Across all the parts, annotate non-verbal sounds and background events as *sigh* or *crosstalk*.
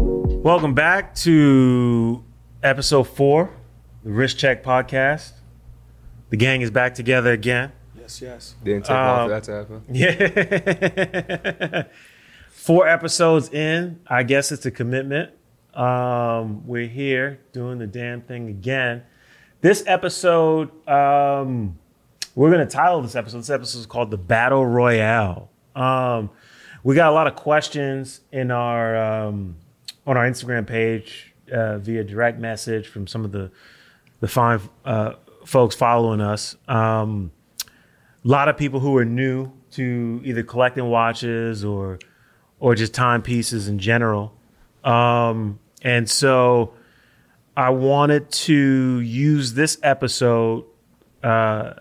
welcome back to episode four, the Risk Check podcast. The gang is back together again. Yes, yes. Didn't take long for that to happen. Yeah. *laughs* Four episodes in. I guess it's a commitment. Um, we're here doing the damn thing again. This episode, um, we're going to title this episode. This episode is called The Battle Royale. Um, we got a lot of questions in our um, on our Instagram page uh, via direct message from some of the the fine uh, folks following us. Um, a lot of people who are new to either collecting watches or or just timepieces in general. Um, and so I wanted to use this episode uh,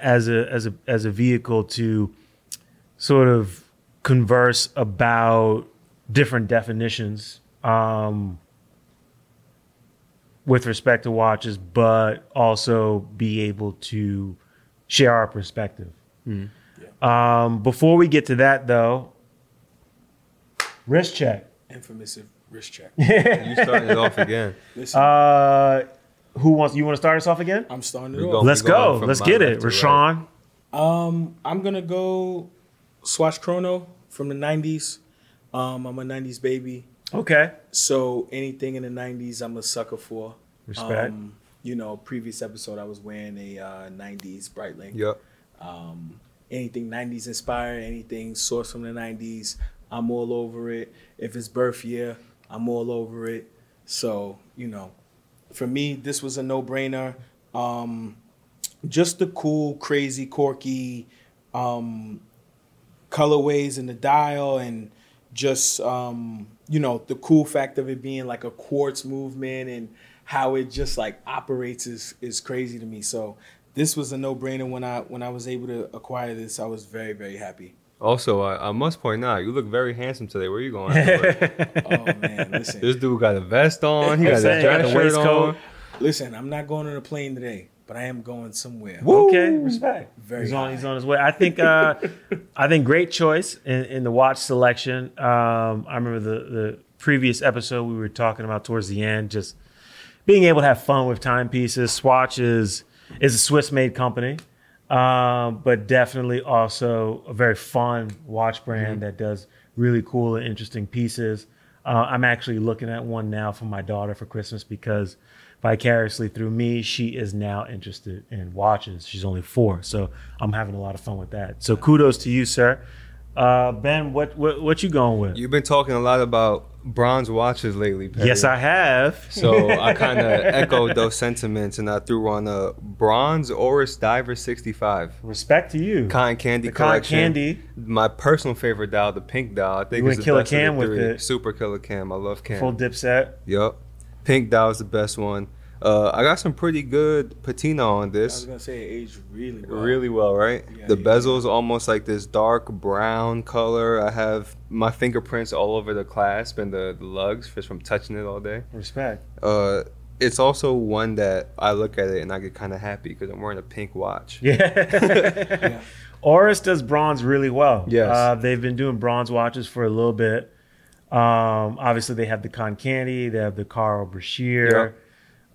as a as a as a vehicle to sort of converse about different definitions um, with respect to watches, but also be able to share our perspective. Um, before we get to that, though, wrist check. Infamous *laughs* wrist check. *laughs* You started it off again. Listen, Uh, who wants? You want to start us off again? I'm starting we it go. off. Let's We're going go. from Let's my get it, left to Rashawn. Um, I'm gonna go Swatch Chrono from the '90s. Um, I'm a '90s baby, Okay. so anything in the '90s, I'm a sucker for. Respect. Um, you know, previous episode, I was wearing a uh, '90s Breitling. Yep. um, anything 90s inspired, anything sourced from the 90s, I'm all over it. If it's birth year, I'm all over it. So, you know, for me, this was a no brainer. Um, just the cool, crazy, quirky um, colorways and the dial and just, um, you know, the cool fact of it being like a quartz movement and how it just like operates is, is crazy to me. So this was a no brainer when I when I was able to acquire this. I was very, very happy. Also, I, I must point out, you look very handsome today. Where *laughs* you going? afterward? Oh man, listen. this dude got a vest on. He got a Saying, got dress the shirt waistcoat. on. Listen, I'm not going on a plane today, but I am going somewhere. Okay, respect. Very he's on. high. He's on his way. I think. *laughs* Uh, I think great choice in, in the watch selection. Um, I remember the the previous episode we were talking about towards the end, just being able to have fun with timepieces. Swatch is is a Swiss made company, um, but definitely also a very fun watch brand Mm-hmm. that does really cool and interesting pieces. Uh, I'm actually looking at one now for my daughter for Christmas because vicariously through me, she is now interested in watches. She's only four, so I'm having a lot of fun with that. So kudos to you, sir. Uh, ben, what, what what you going with? You've been talking a lot about bronze watches lately. Perry. yes, I have. So I kind of echoed those sentiments, and I threw on a bronze Oris Diver 65. *laughs* Respect to you. Cotton Candy The Cotton collection. Candy. My personal favorite dial, the pink dial. I think You went it's the Killer best of the Cam with three. it. Super killer cam. I love cam. Full dip set. Yep. Pink Dial is the best one. Uh, I got some pretty good patina on I was this. gonna say it aged really well. Really well, right? Yeah, the yeah, bezel's almost like this dark brown color. I have my fingerprints all over the clasp and the, the lugs just from touching it all day. Respect. Uh, it's also one that I look at it and I get kind of happy because I'm wearing a pink watch. *laughs* Yeah. Oris does bronze really well. Yes. Uh, they've been doing bronze watches for a little bit. Um, obviously, they have the Con Candy, they have the Carl Brashear.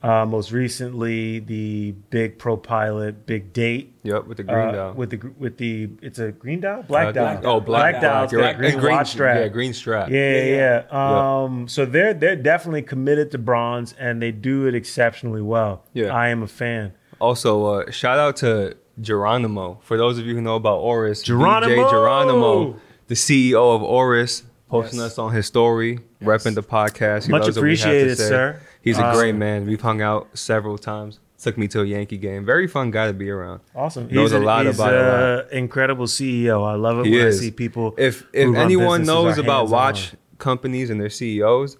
Uh, most recently, the Big Pro Pilot, Big Date. Yep, with the green uh, dial. with the gr- with the it's a green dial, black Uh, dial. Oh, black black, Black dial. dial. It's You're got right. a green, And watch strap. Yeah, green strap. Yeah, Yeah, yeah. yeah. Um, so they're they're definitely committed to bronze, and they do it exceptionally well. Yeah. I am a fan. Also, uh, shout out to Geronimo. For those of you who know about Oris, Geronimo! DJ Geronimo, the CEO of Oris, posting Yes. us on his story, repping the podcast. He Much loves what we have to appreciated, say. sir. Uh, He's a Awesome. great man. We've hung out several times. Took me to a Yankee game. Very fun guy to be around. Awesome. Knows a lot he's about a a lot. incredible CEO. I love it He when is. I see people. If who if run anyone businesses knows are about hands-on. watch companies and their CEOs,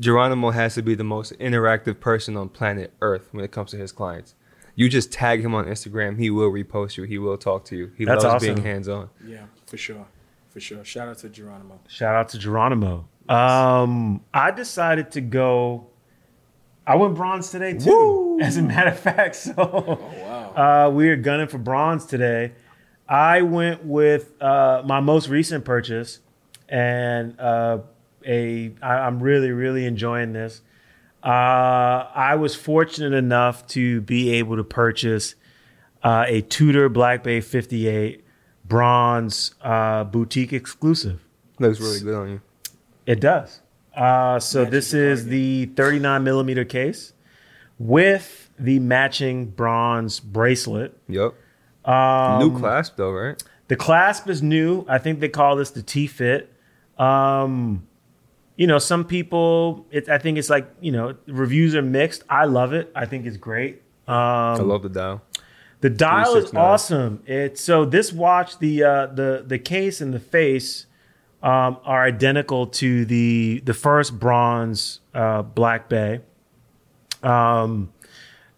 Geronimo has to be the most interactive person on planet Earth when it comes to his clients. You just tag him on Instagram, he will repost you, he will talk to you. He That's loves awesome. being hands on. Yeah, for sure. For sure. Shout out to Geronimo. shout out to Geronimo. Um, I decided to go. I went bronze today too. As a matter of fact, *laughs* so wow. uh, we are gunning for bronze today. I went with uh, my most recent purchase, and uh, a. I, I'm really really enjoying this. Uh, I was fortunate enough to be able to purchase uh, a Tudor Black Bay 58 bronze uh, boutique exclusive. Looks really good on you. It does. Uh, so Matches this the is cardigan. the 39 millimeter case with the matching bronze bracelet. Yep. Um, New clasp though, right? the clasp is new. I think they call this the T fit. Um, you know, some people, it, I think it's like you know, reviews are mixed. I love it. I think it's great. I Um, love the dial. the dial is 369. awesome. It's so this watch, the uh, the the case and the face um, are identical to the the first bronze uh, Black Bay. Um,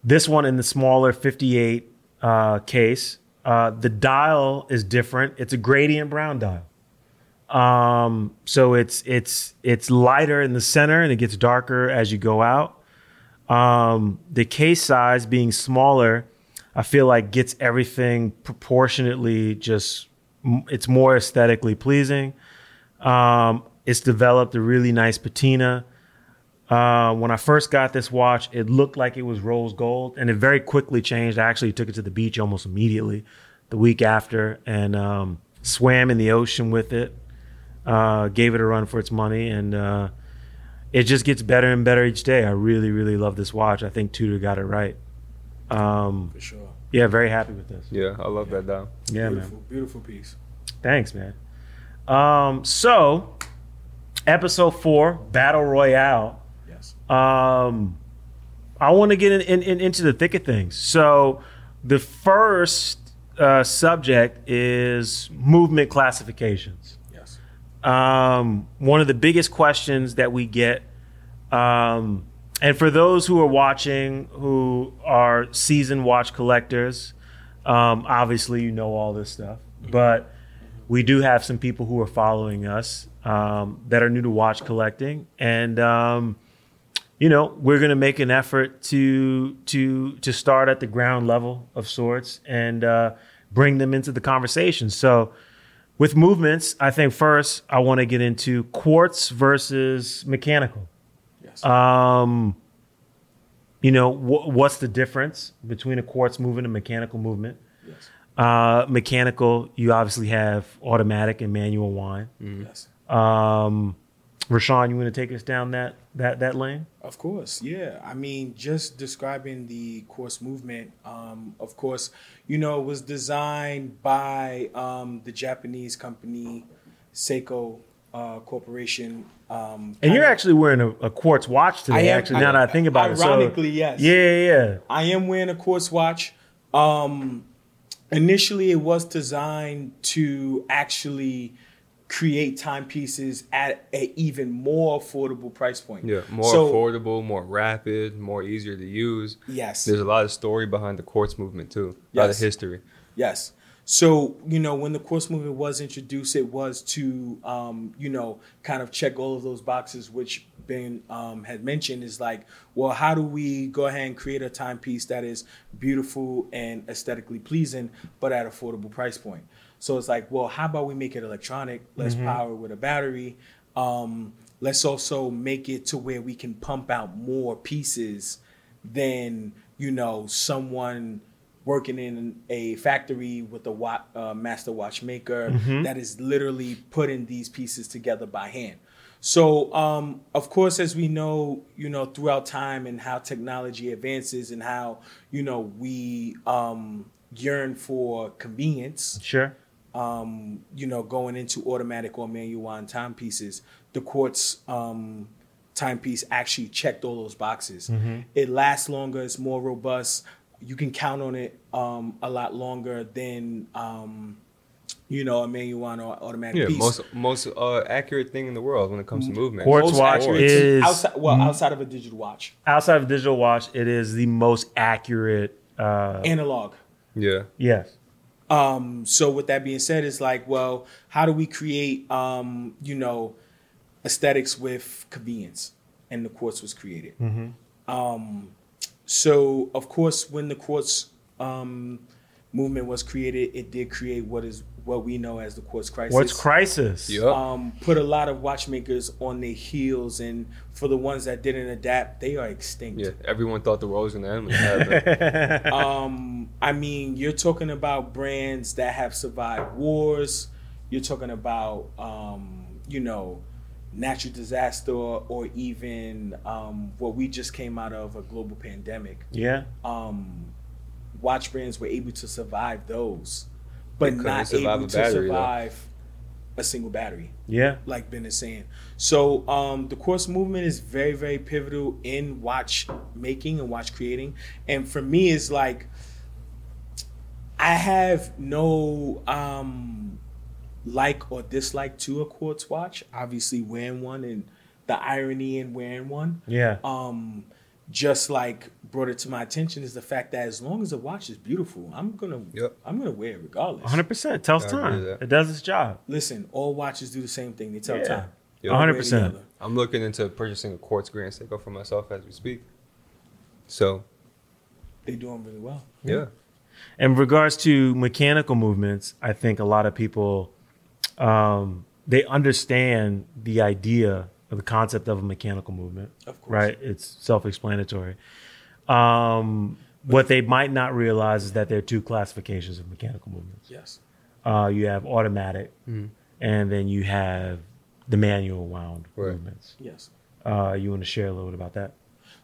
this one in the smaller 58 uh, case. Uh, the dial is different. It's a gradient brown dial. Um, so it's it's it's lighter in the center and it gets darker as you go out. Um, the case size being smaller, I feel like gets everything proportionately just m- it's more aesthetically pleasing. Um, it's developed a really nice patina. Uh, when I first got this watch, it looked like it was rose gold, and it very quickly changed. I actually took it to the beach almost immediately, the week after, and um, swam in the ocean with it. Uh, gave it a run for its money, and uh, it just gets better and better each day. I really, really love this watch. I think Tudor got it right. Um, for sure. yeah, very happy with this. Yeah, I love that dial. Yeah, man. beautiful, beautiful piece. Thanks, man. Um, so, episode four, Battle Royale. Yes. Um, I want to get in, in, in- into the thick of things. So, the first uh, subject is movement classifications. Yes. Um, one of the biggest questions that we get, um, and for those who are watching who are seasoned watch collectors, um, obviously you know all this stuff, but we do have some people who are following us um, that are new to watch collecting, and um, you know we're going to make an effort to to to start at the ground level of sorts and uh, bring them into the conversation. So with movements, I think first I want to get into quartz versus mechanical. Yes. Um, you know, wh- what's the difference between a quartz movement and mechanical movement? yes. Uh, mechanical, you obviously have automatic and manual wine. Yes. Um, Rashawn, you want to take us down that that that lane? Of course, yeah. I mean, just describing the course movement, um, of course, you know, it was designed by um, the Japanese company Seiko uh, Corporation. Um, And you're kinda- actually wearing a, a quartz watch today. I am- actually, now that I think about Ironically, it, so, yes. yeah, yeah, yeah. I am wearing a course watch. Um, initially, it was designed to actually create timepieces at an even more affordable price point. Yeah, more So- affordable, more rapid, more easier to use. Yes. There's a lot of story behind the quartz movement too. A lot of Yes. history. Yes. So, you know, when the course movement was introduced, it was to, um, you know, kind of check all of those boxes, which Ben um, had mentioned is like, well, how do we go ahead and create a timepiece that is beautiful and aesthetically pleasing, but at affordable price point? So it's like, well, how about we make it electronic, less power with a battery? Um, let's also make it to where we can pump out more pieces than, you know, someone working in a factory with a wa- uh, master watchmaker that is literally putting these pieces together by hand. So, um, of course, as we know, you know, throughout time and how technology advances and how you know we um, yearn for convenience Sure. um, you know, going into automatic or manual timepieces, the quartz um, timepiece actually checked all those boxes. Mm-hmm. It lasts longer, it's more robust. You can count on it um, a lot longer than, um, you know, a manual or automatic Yeah, piece. most most uh, accurate thing in the world when it comes to movement. Quartz Most watch accurate is- outside, well Mm-hmm. outside of a digital watch, Outside of digital watch, it is the most accurate. Uh, analog. Yeah. yes. Um, so with that being said, it's like, well, how do we create, um, you know, aesthetics with convenience? And the quartz was created. Um, so of course, when the quartz um, movement was created, it did create what is what we know as the quartz crisis. What's crisis? Yup. um, put a lot of watchmakers on their heels, and for the ones that didn't adapt, they are extinct. Yeah, everyone thought the world was gonna end. when it *laughs* happened. Um, I mean, you're talking about brands that have survived wars. You're talking about, um, you know, natural disaster or, or even um, what we just came out of a global pandemic. *laughs* Yeah. Um, watch brands were able to survive those, but couldn't not survive able a to battery, though. survive a single battery Yeah. like Ben is saying. So um, the course movement is very, very pivotal in watch making and watch creating. And for me, it's like I have no um, like or dislike to a quartz watch. Obviously, wearing one and the irony in wearing one. Yeah. Um, just like brought it to my attention is the fact that as long as the watch is beautiful, I'm gonna Yep. I'm gonna wear it regardless. 100%. Tells I agree time. with that. It does its job. Listen, all watches do the same thing. They tell Yeah. time. Yup. One hundred Way or the percent. other. I'm looking into purchasing a quartz Grand Seiko for myself as we speak. So They're doing really well. yeah, In regards to mechanical movements, I think a lot of people um, they understand the idea of the concept of a mechanical movement. Of course. Right? It's self-explanatory. Um, what they might not realize is that there are two classifications of mechanical movements. Yes. uh, you have automatic, Mm-hmm. and then you have the manual wound Right. movements. Yes. Uh, you want to share a little bit about that?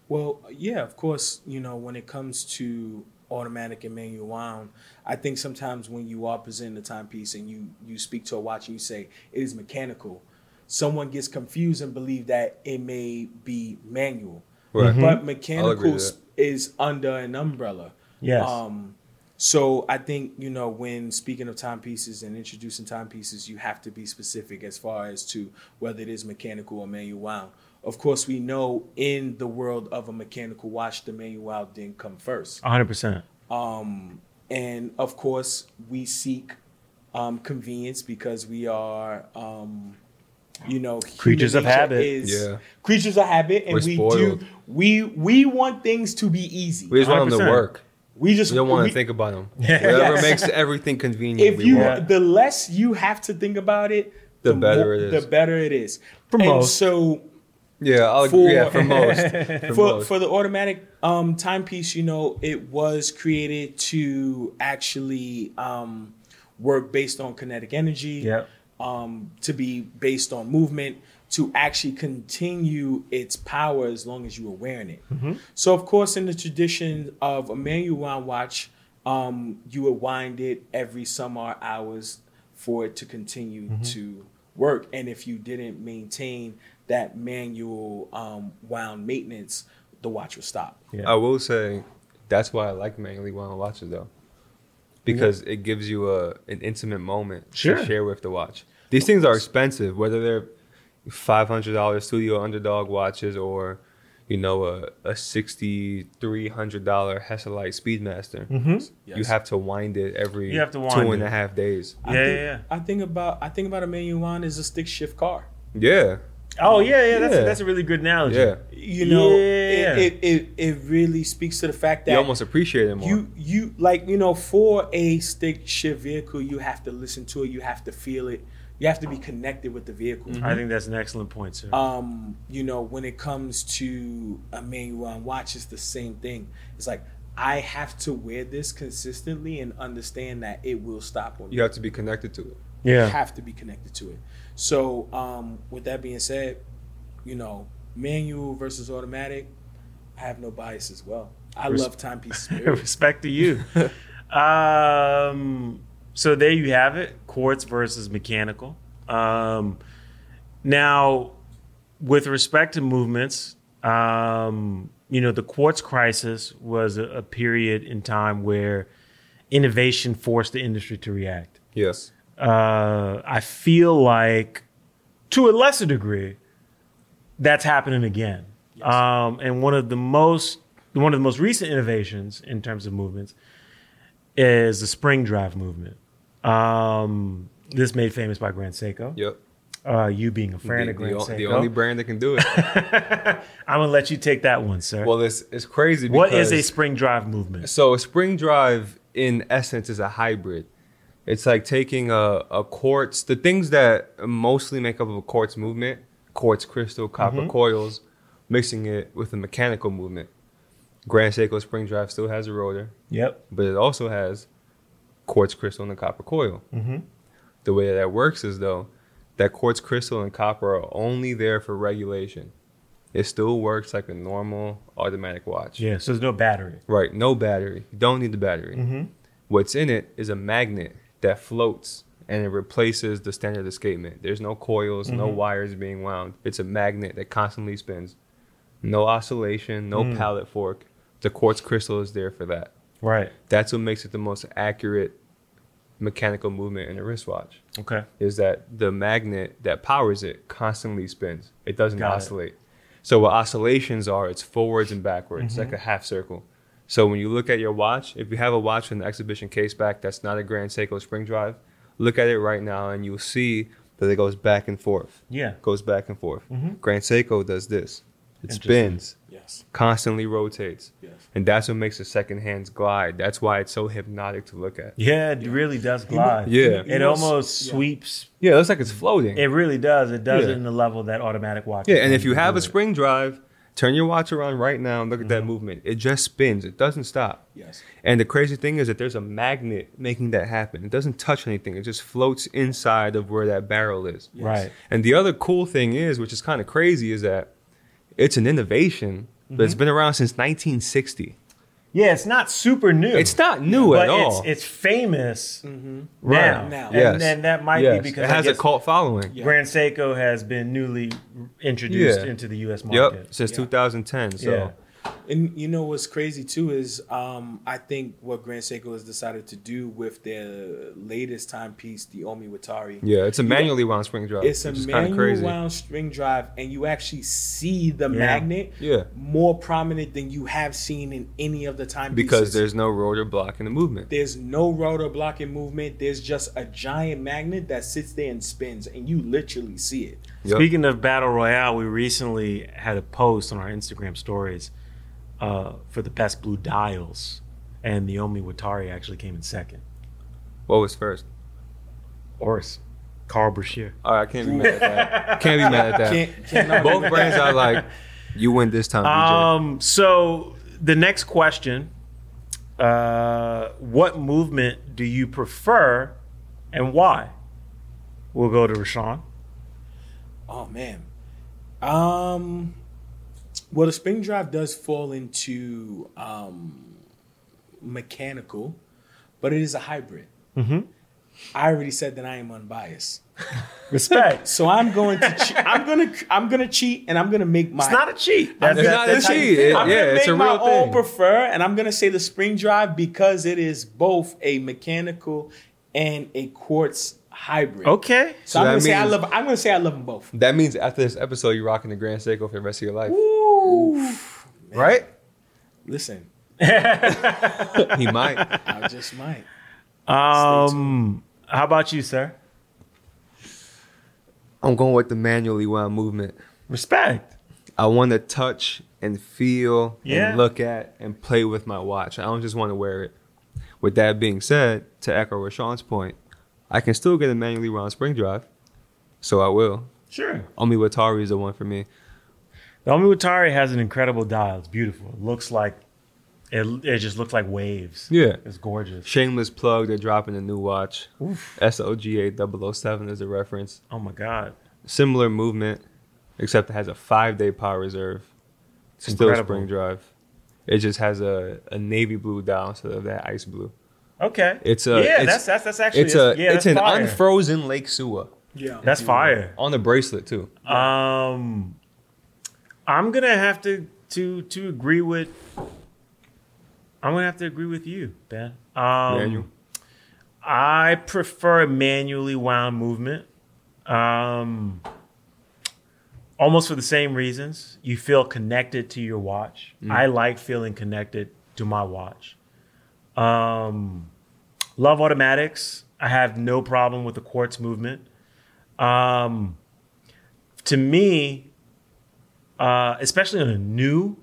Well, yeah, of course, you know, when it comes to automatic and manual wound, I think sometimes when you are presenting a timepiece and you you speak to a watch and you say it is mechanical, someone gets confused and believe that it may be manual. Right. Mhm. But I'll agree mechanical with s- is under an umbrella. Yes. Um so I think, you know, when speaking of timepieces and introducing timepieces, you have to be specific as far as to whether it is mechanical or manual wound. Of course, we know in the world of a mechanical watch, the manual wound didn't come first. 100%. Um, and of course, we seek um, convenience because we are, um, you know, human Creatures of nature habit. Is Yeah. Creatures of habit, and We're we spoiled. do we we want things to be easy. we just want them to 100%. work. We just We don't want we- to think about them. Yes. Whatever makes everything convenient. if we you want. the less you have to think about it The better it is. the better it is For and most. so Yeah, I'll for- agree. Yeah, for most. For, for, most. for the automatic um, timepiece you know it was created to actually um, work based on kinetic energy Yep. um, to be based on movement to actually continue its power as long as you were wearing it. So, of course, in the tradition of a manual wound watch, um, you would wind it every some odd hours for it to continue to work. And if you didn't maintain that manual um, wound maintenance, the watch would stop. Yeah. I will say that's why I like manually wound watches though, because it gives you a an intimate moment Sure. to share with the watch. These things are expensive, whether they're five hundred dollars studio underdog watches or you know a, a sixty three hundred dollar Hesselite Speedmaster. You Yes. have to wind it every Mm-hmm. You have to two wind and it. a half days. Yeah, I think, yeah, yeah. I think about I think about a manual wound as a stick shift car. Yeah, Oh, yeah, yeah. That's, Yeah. that's a really good analogy. yeah. You know, Yeah. it, it, it it really speaks to the fact that You almost appreciate it more. you you like you know for a stick shift vehicle you have to listen to it you have to feel it you have to be connected with the vehicle Mm-hmm. I think that's an excellent point, sir. um you know when it comes to a manual and watch it's the same thing it's like i have to wear this consistently and understand that it will stop on you have to be connected to it. yeah. *laughs* have to be connected to it. So, um, with that being said, you know, manual versus automatic, I have no bias as well. I Res- love timepieces. *laughs* period. Respect to you. um, so there you have it quartz versus mechanical. Um, now, with respect to movements, um, you know, the quartz crisis was a, a period in time where innovation forced the industry to react. Yes. Uh, I feel like, to a lesser degree, that's happening again. Um, and one of the most one of the most recent innovations in terms of movements is the spring drive movement. Um, this made famous by Grand Seiko. Yep. Uh, you being a fan The, of Grand the, Seiko, the only brand that can do it. *laughs* I'm gonna let you take that one, sir. Well, it's it's crazy. Because, what is a spring drive movement? so a spring drive in essence is a hybrid. It's like taking a, a quartz, the things that mostly make up of a quartz movement, quartz crystal, copper coils, mixing it with a mechanical movement. Grand Seiko Spring Drive still has a rotor, Yep. but it also has quartz crystal and a copper coil. Mhm. The way that works is though, that quartz crystal and copper are only there for regulation. It still works like a normal automatic watch. Yeah. So there's no battery. Right, no battery. You don't need the battery. Mhm. What's in it is a magnet that floats and it replaces the standard escapement. There's no coils, no wires being wound. It's a magnet that constantly spins. No oscillation, no pallet fork. The quartz crystal is there for that. Right. That's what makes it the most accurate mechanical movement in a wristwatch. Okay. Is that the magnet that powers it constantly spins. It doesn't Got it. oscillate. So what oscillations are, it's forwards and backwards, It's like Mm-hmm. a half circle. So when you look at your watch, if you have a watch with an exhibition case back that's not a Grand Seiko spring drive, look at it right now and you'll see that it goes back and forth. Yeah. Mm-hmm. Goes back and forth. Grand Seiko does this. It Interesting. spins, Yes. constantly rotates. Yes. And that's what makes the second hands glide. That's why it's so hypnotic to look at. Yeah, it really does glide. Yeah. It almost sweeps. Yeah, it looks like it's floating. It really does. It does Yeah. it in the level that automatic watch. Yeah, and if you have a spring drive, turn your watch around right now and look at that Mm-hmm. movement. It just spins. It doesn't stop. Yes. And the crazy thing is that there's a magnet making that happen. It doesn't touch anything. It just floats inside of where that barrel is. Right. And the other cool thing is, which is kind of crazy, is that it's an innovation, but Mm-hmm. it's been around since 1960. Yeah, it's not super new. It's not new but at all. It's, it's famous Right. Mm-hmm. now. Now. And Yes. then that might Yes. be because it has I a guess cult following. Yeah. Grand Seiko has been newly introduced Yeah. into the U.S. market. Yep, since Yeah. 2010. So Yeah. And you know what's crazy too is um, I think what Grand Seiko has decided to do with their latest timepiece, the Omi Watari. yeah, it's a manually wound spring drive. It's a which is kinda manual wound string drive, and you actually see the magnet Yeah. more prominent than you have seen in any of the timepieces. because there's no rotor block in the movement. there's no rotor blocking movement. There's just a giant magnet that sits there and spins, and you literally see *laughs* it. Yep. Speaking of battle royale, we recently had a post on our Instagram stories uh, for the best blue dials, and Naomi Watari actually came in second. What was first? Or Carl Brashear. All right, I can't be *laughs* mad at that. Can't be mad at that. *laughs* Can't, cannot Both brands are like, *laughs* you win this time, DJ. Um, so the next question: uh, What movement do you prefer, and why? We'll go to Rashawn. Oh man. Um well the spring drive does fall into um mechanical, but it is a hybrid. Mm-hmm. I already said that I am unbiased. Respect. So I'm going to *laughs* che- I'm going to I'm going to cheat and I'm going to make *laughs* my it's not a cheat. That's, It's not a how you cheat. feel. It- I'm yeah. gonna it's make a my real own thing. prefer, and I'm gonna say the spring drive because it is both a mechanical and a quartz hybrid. Okay. so, So I'm that gonna say I means- love. I'm gonna say I love them both. That means after this episode, you're rocking the Grand Seiko for the rest of your life, right? Listen, He might. *laughs* I just might. Um, how about you, sir? I'm going with the manually wound movement. Respect. I want to touch and feel Yeah. and look at and play with my watch. I don't just want to wear it. With that being said, to echo Rashawn's point, I can still get a manually wound spring drive, so I will. Sure. Only Watari is the one for me. The Omiwatari has an incredible dial. It's beautiful. It looks like it, it just looks like waves. Yeah. It's gorgeous. Shameless plug, they're dropping a new watch. SOGA 007 is the reference. Oh my God. Similar movement, except it has a five day power reserve. Still incredible. spring drive. It just has a, a navy blue dial instead of that ice blue. Okay. It's a Yeah, it's- that's that's that's actually it's a yeah, it's an that's fire. unfrozen Lake Sua Yeah, That's fire. on the bracelet too. Um, I'm gonna have to to to agree with. I'm gonna have to agree with you, Ben. Um, Manual. I prefer manually wound movement. Um, almost for the same reasons. You feel connected to your watch. Mm. I like feeling connected to my watch. Um, love automatics. I have no problem with the quartz movement. Um, to me, uh, especially on a new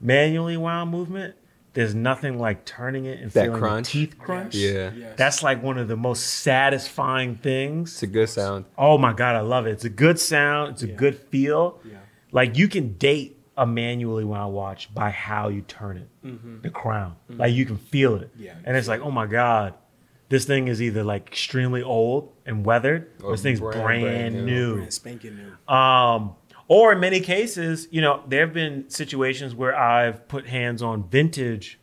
manually wound movement, there's nothing like turning it and That feeling crunch. the teeth crunch. Yeah. Yes. That's like one of the most satisfying It's things. a good sound. Oh my God, I love it. It's a good sound, it's a Yeah. good feel. Yeah. Like you can date a manually when I watch by how you turn it, the crown. Like you can feel it. Yeah, you and it's like, oh my God, this thing is either like extremely old and weathered, or Or this thing's brand, brand- brand new. new. brand spanking new. Um, or in many cases, you know, there have been situations where I've put hands on vintage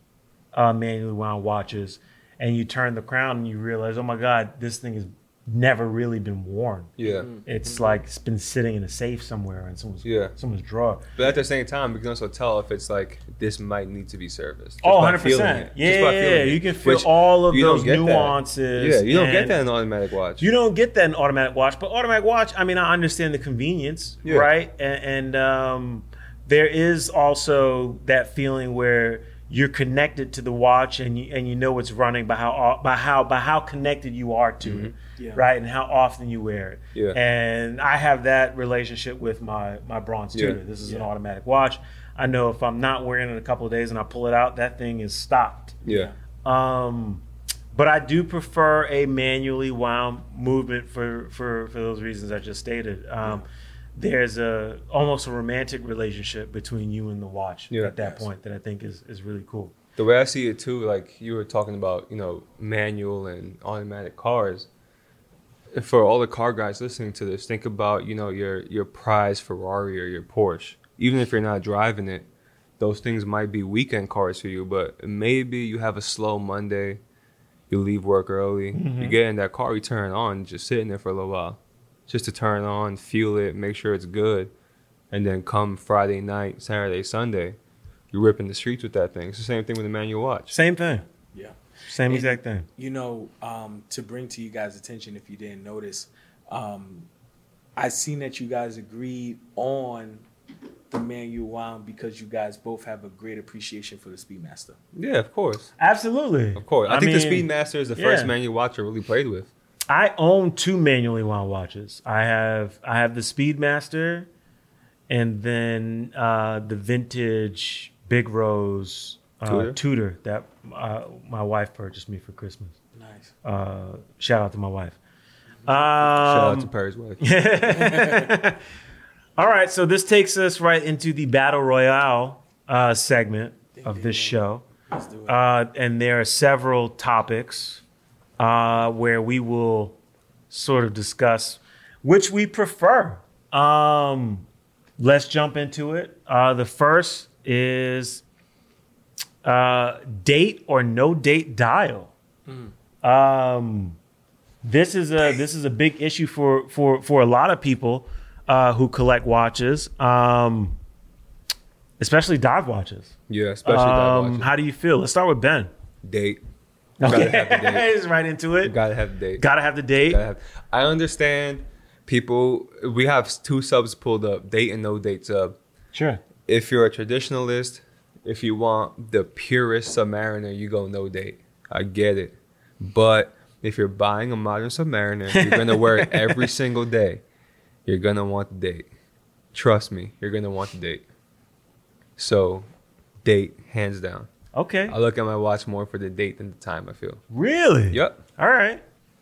uh, manually wound watches, and you turn the crown and you realize, oh my God, this thing has never really been worn. Yeah. It's like it's been sitting in a safe somewhere in someone's Yeah. someone's drawer. But at the same time, we can also tell if it's like this might need to be serviced. Oh, by 100%. feeling it. Just by Yeah, feeling yeah, it. you can feel Which all of you don't those get that. nuances Yeah, you don't get and- that in an automatic watch. You don't get that in automatic watch, but automatic watch. I mean, I understand the convenience, Yeah. right? And, and um, there is also that feeling where you're connected to the watch, and you and you know what's running by how by how by how connected you are to it, Yeah. right? And how often you wear it. Mm-hmm. Yeah. And I have that relationship with my my bronze Yeah. Tudor. This is an Yeah. automatic watch. I know if I'm not wearing it in a couple of days and I pull it out, that thing is stopped. yeah. Um, but I do prefer a manually wound movement for for for those reasons I just stated. Um, There's a almost a romantic relationship between you and the watch Yeah. at that Yes. point that I think is is really cool. The way I see it too, like you were talking about, you know, manual and automatic cars. For all the car guys listening to this, think about, you know, your your prize Ferrari or your Porsche. Even if you're not driving it, those things might be weekend cars for you, but maybe you have a slow Monday, you leave work early, you get in that car, you turn it on, just sitting there for a little while. Just to turn it on, feel it, make sure it's good. And then come Friday night, Saturday, Sunday, you're ripping the streets with that thing. It's the same thing with the manual watch. Same thing, Yeah. same And- exact thing. You know, um, to bring to you guys' attention, if you didn't notice, um, I seen that you guys agreed on the man you wound because you guys both have a great appreciation for the Speedmaster. Yeah, of course. Absolutely, Of course. I, think the mean, Speedmaster is the first yeah. manual watch I really played with. I own two manually wound watches. I have I have the Speedmaster, and then uh, the vintage Big Rose uh, Tudor? Tudor that uh, my wife purchased me for Christmas. Nice. Uh, shout out to my wife. Um, Shout out to Perry's wife. all right, so this takes us right into the battle royale uh, segment of ding, this ding. show, Let's do it. uh, and there are several topics uh, where we will sort of discuss which we prefer. Um, let's jump into it. Uh, the first is uh, date or no date dial. Hmm. Um, this is a this is a big issue for for for a lot of people uh, who collect watches, um, especially dive watches. Yeah, especially that Um, watch. How do you feel? Let's start with Ben. *laughs* date. Gotta have the date. He's right into it. Gotta have the date. Gotta have the date. Gotta have- I understand people. We have two subs pulled up, date and no date sub. Sure. If you're a traditionalist, if you want the purest Submariner, you go no date. I get it. But if you're buying a modern Submariner, *laughs* you're gonna wear it every single day. You're gonna want the date. Trust me, you're gonna want the date. So, date hands down. Okay. I look at my watch more for the date than the time. I feel. Really? Yep. All right.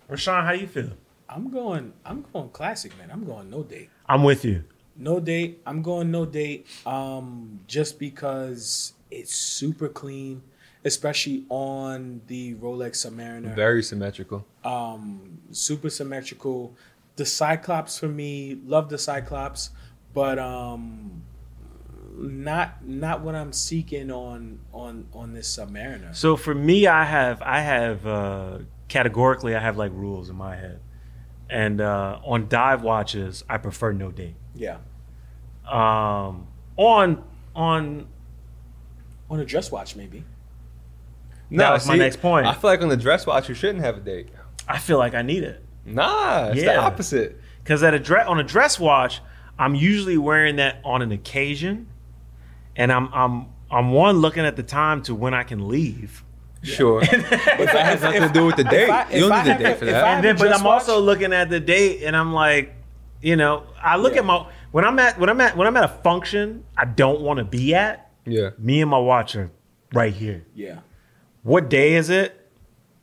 Rashawn, how do you feel? I'm going. I'm going classic, man. I'm going no date. I'm with you. No date. I'm going no date. Um, just because it's super clean, especially on the Rolex Submariner. Very symmetrical. um, super symmetrical. The Cyclops for me, love the Cyclops, but um, not not what I'm seeking on on on this Submariner. So for me, I have I have uh, categorically I have like rules in my head, and uh, on dive watches I prefer no date. Yeah, Um, on on on a dress watch maybe. That was my next point. I feel like on the dress watch, you shouldn't have a date. I feel like I need it Nah, it's the Yeah. opposite. because at a dress on a dress watch I'm usually wearing that on an occasion, and I'm I'm I'm one looking at the time to when I can leave. *laughs* Sure. but that has nothing to do with the date. I- you if I don't need a have date a- for if I that. And then, but Just I'm watch. also looking at the date, and I'm like, you know, I look Yeah. at my when I'm at when I'm at when I'm at a function I don't want to be at. yeah. Me and my watch are right here. Yeah. What day is it?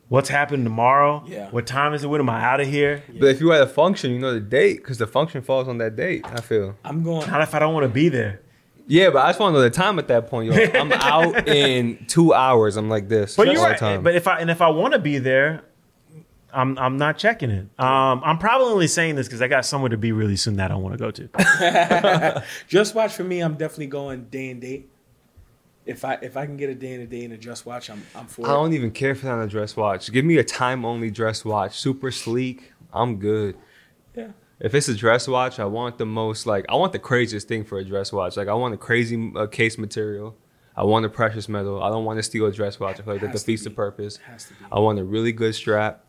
What's happening tomorrow? Yeah. What time is it? When am I out of here? But if you at a function, you know the date because the function falls on that date. I feel. I'm going. Not if I don't want to be there. Yeah, but I just want to know the time at that point. You're *laughs* like, I'm out in two hours. I'm like this. But all you're the right. time. But if I and if I want to be there, I'm I'm not checking it. Um, I'm probably only saying this because I got somewhere to be really soon that I want to go *laughs* to. *laughs* Just watch for me. I'm definitely going day and date. If I if I can get a day and a day and a just watch, I'm I'm for I it. don't even care if it's on a dress watch. Give me a time only dress watch. Super sleek. I'm good. Yeah. If it's a dress watch, I want the most like I want the craziest thing for a dress watch. Like I want the crazy uh, case material. I want the precious metal. I don't want to steal a dress watch. I feel like that Has to defeats the be. purpose. Has to be. I want a really good strap,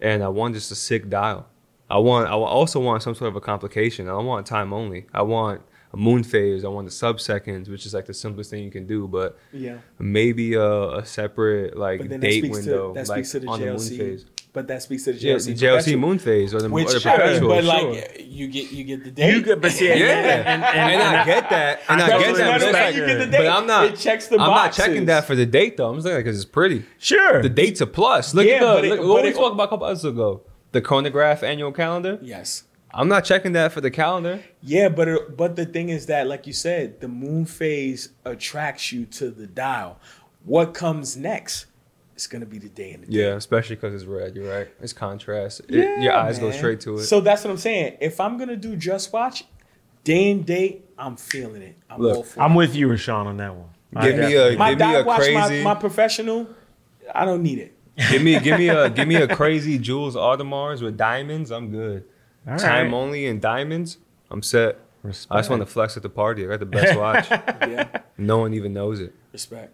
and I want just a sick dial. I want. I also want some sort of a complication. I don't want time only. I want a moon phase. I want the sub seconds, which is like the simplest thing you can do. But Yeah. maybe a, a separate like But then that date speaks window, to that like speaks to the on the moon JLC. phase. But that speaks to the Yeah, JLC. the JLC perpetual, moon phase or the, or the Which, I mean, perpetual. but sure. like you get you get the date. You could- but see, yeah, Yeah. and, *laughs* I get that, and I, I get totally that, but, it's understand. like, You get the but date. I'm not. It checks the I'm boxes. not checking that for the date though. I'm just because it's pretty. sure. The date's a plus. Look Yeah, at the, but it- look, but what we it- talked about a couple hours ago. The chronograph annual calendar. yes. I'm not checking that for the calendar. Yeah, but it, but the thing is that, like you said, the moon phase attracts you to the dial. What comes next? It's gonna be the day and the Yeah, especially because it's red. You're right. It's contrast. It- Yeah, your eyes go man. straight to it. So that's what I'm saying. If I'm gonna do just watch, day and date, I'm feeling it. I'm Look, all for I'm it. with you, Rashawn, on that one. I Give me definitely- a- my give me dog watch crazy- my, my professional. I don't need it. *laughs* give me, give me a, give me a crazy Jules Audemars with diamonds. I'm good. All Time right. only and diamonds. I'm set. I Respect. just want to flex at the party. I got the *laughs* best watch. *laughs* Yeah, no one even knows it. respect.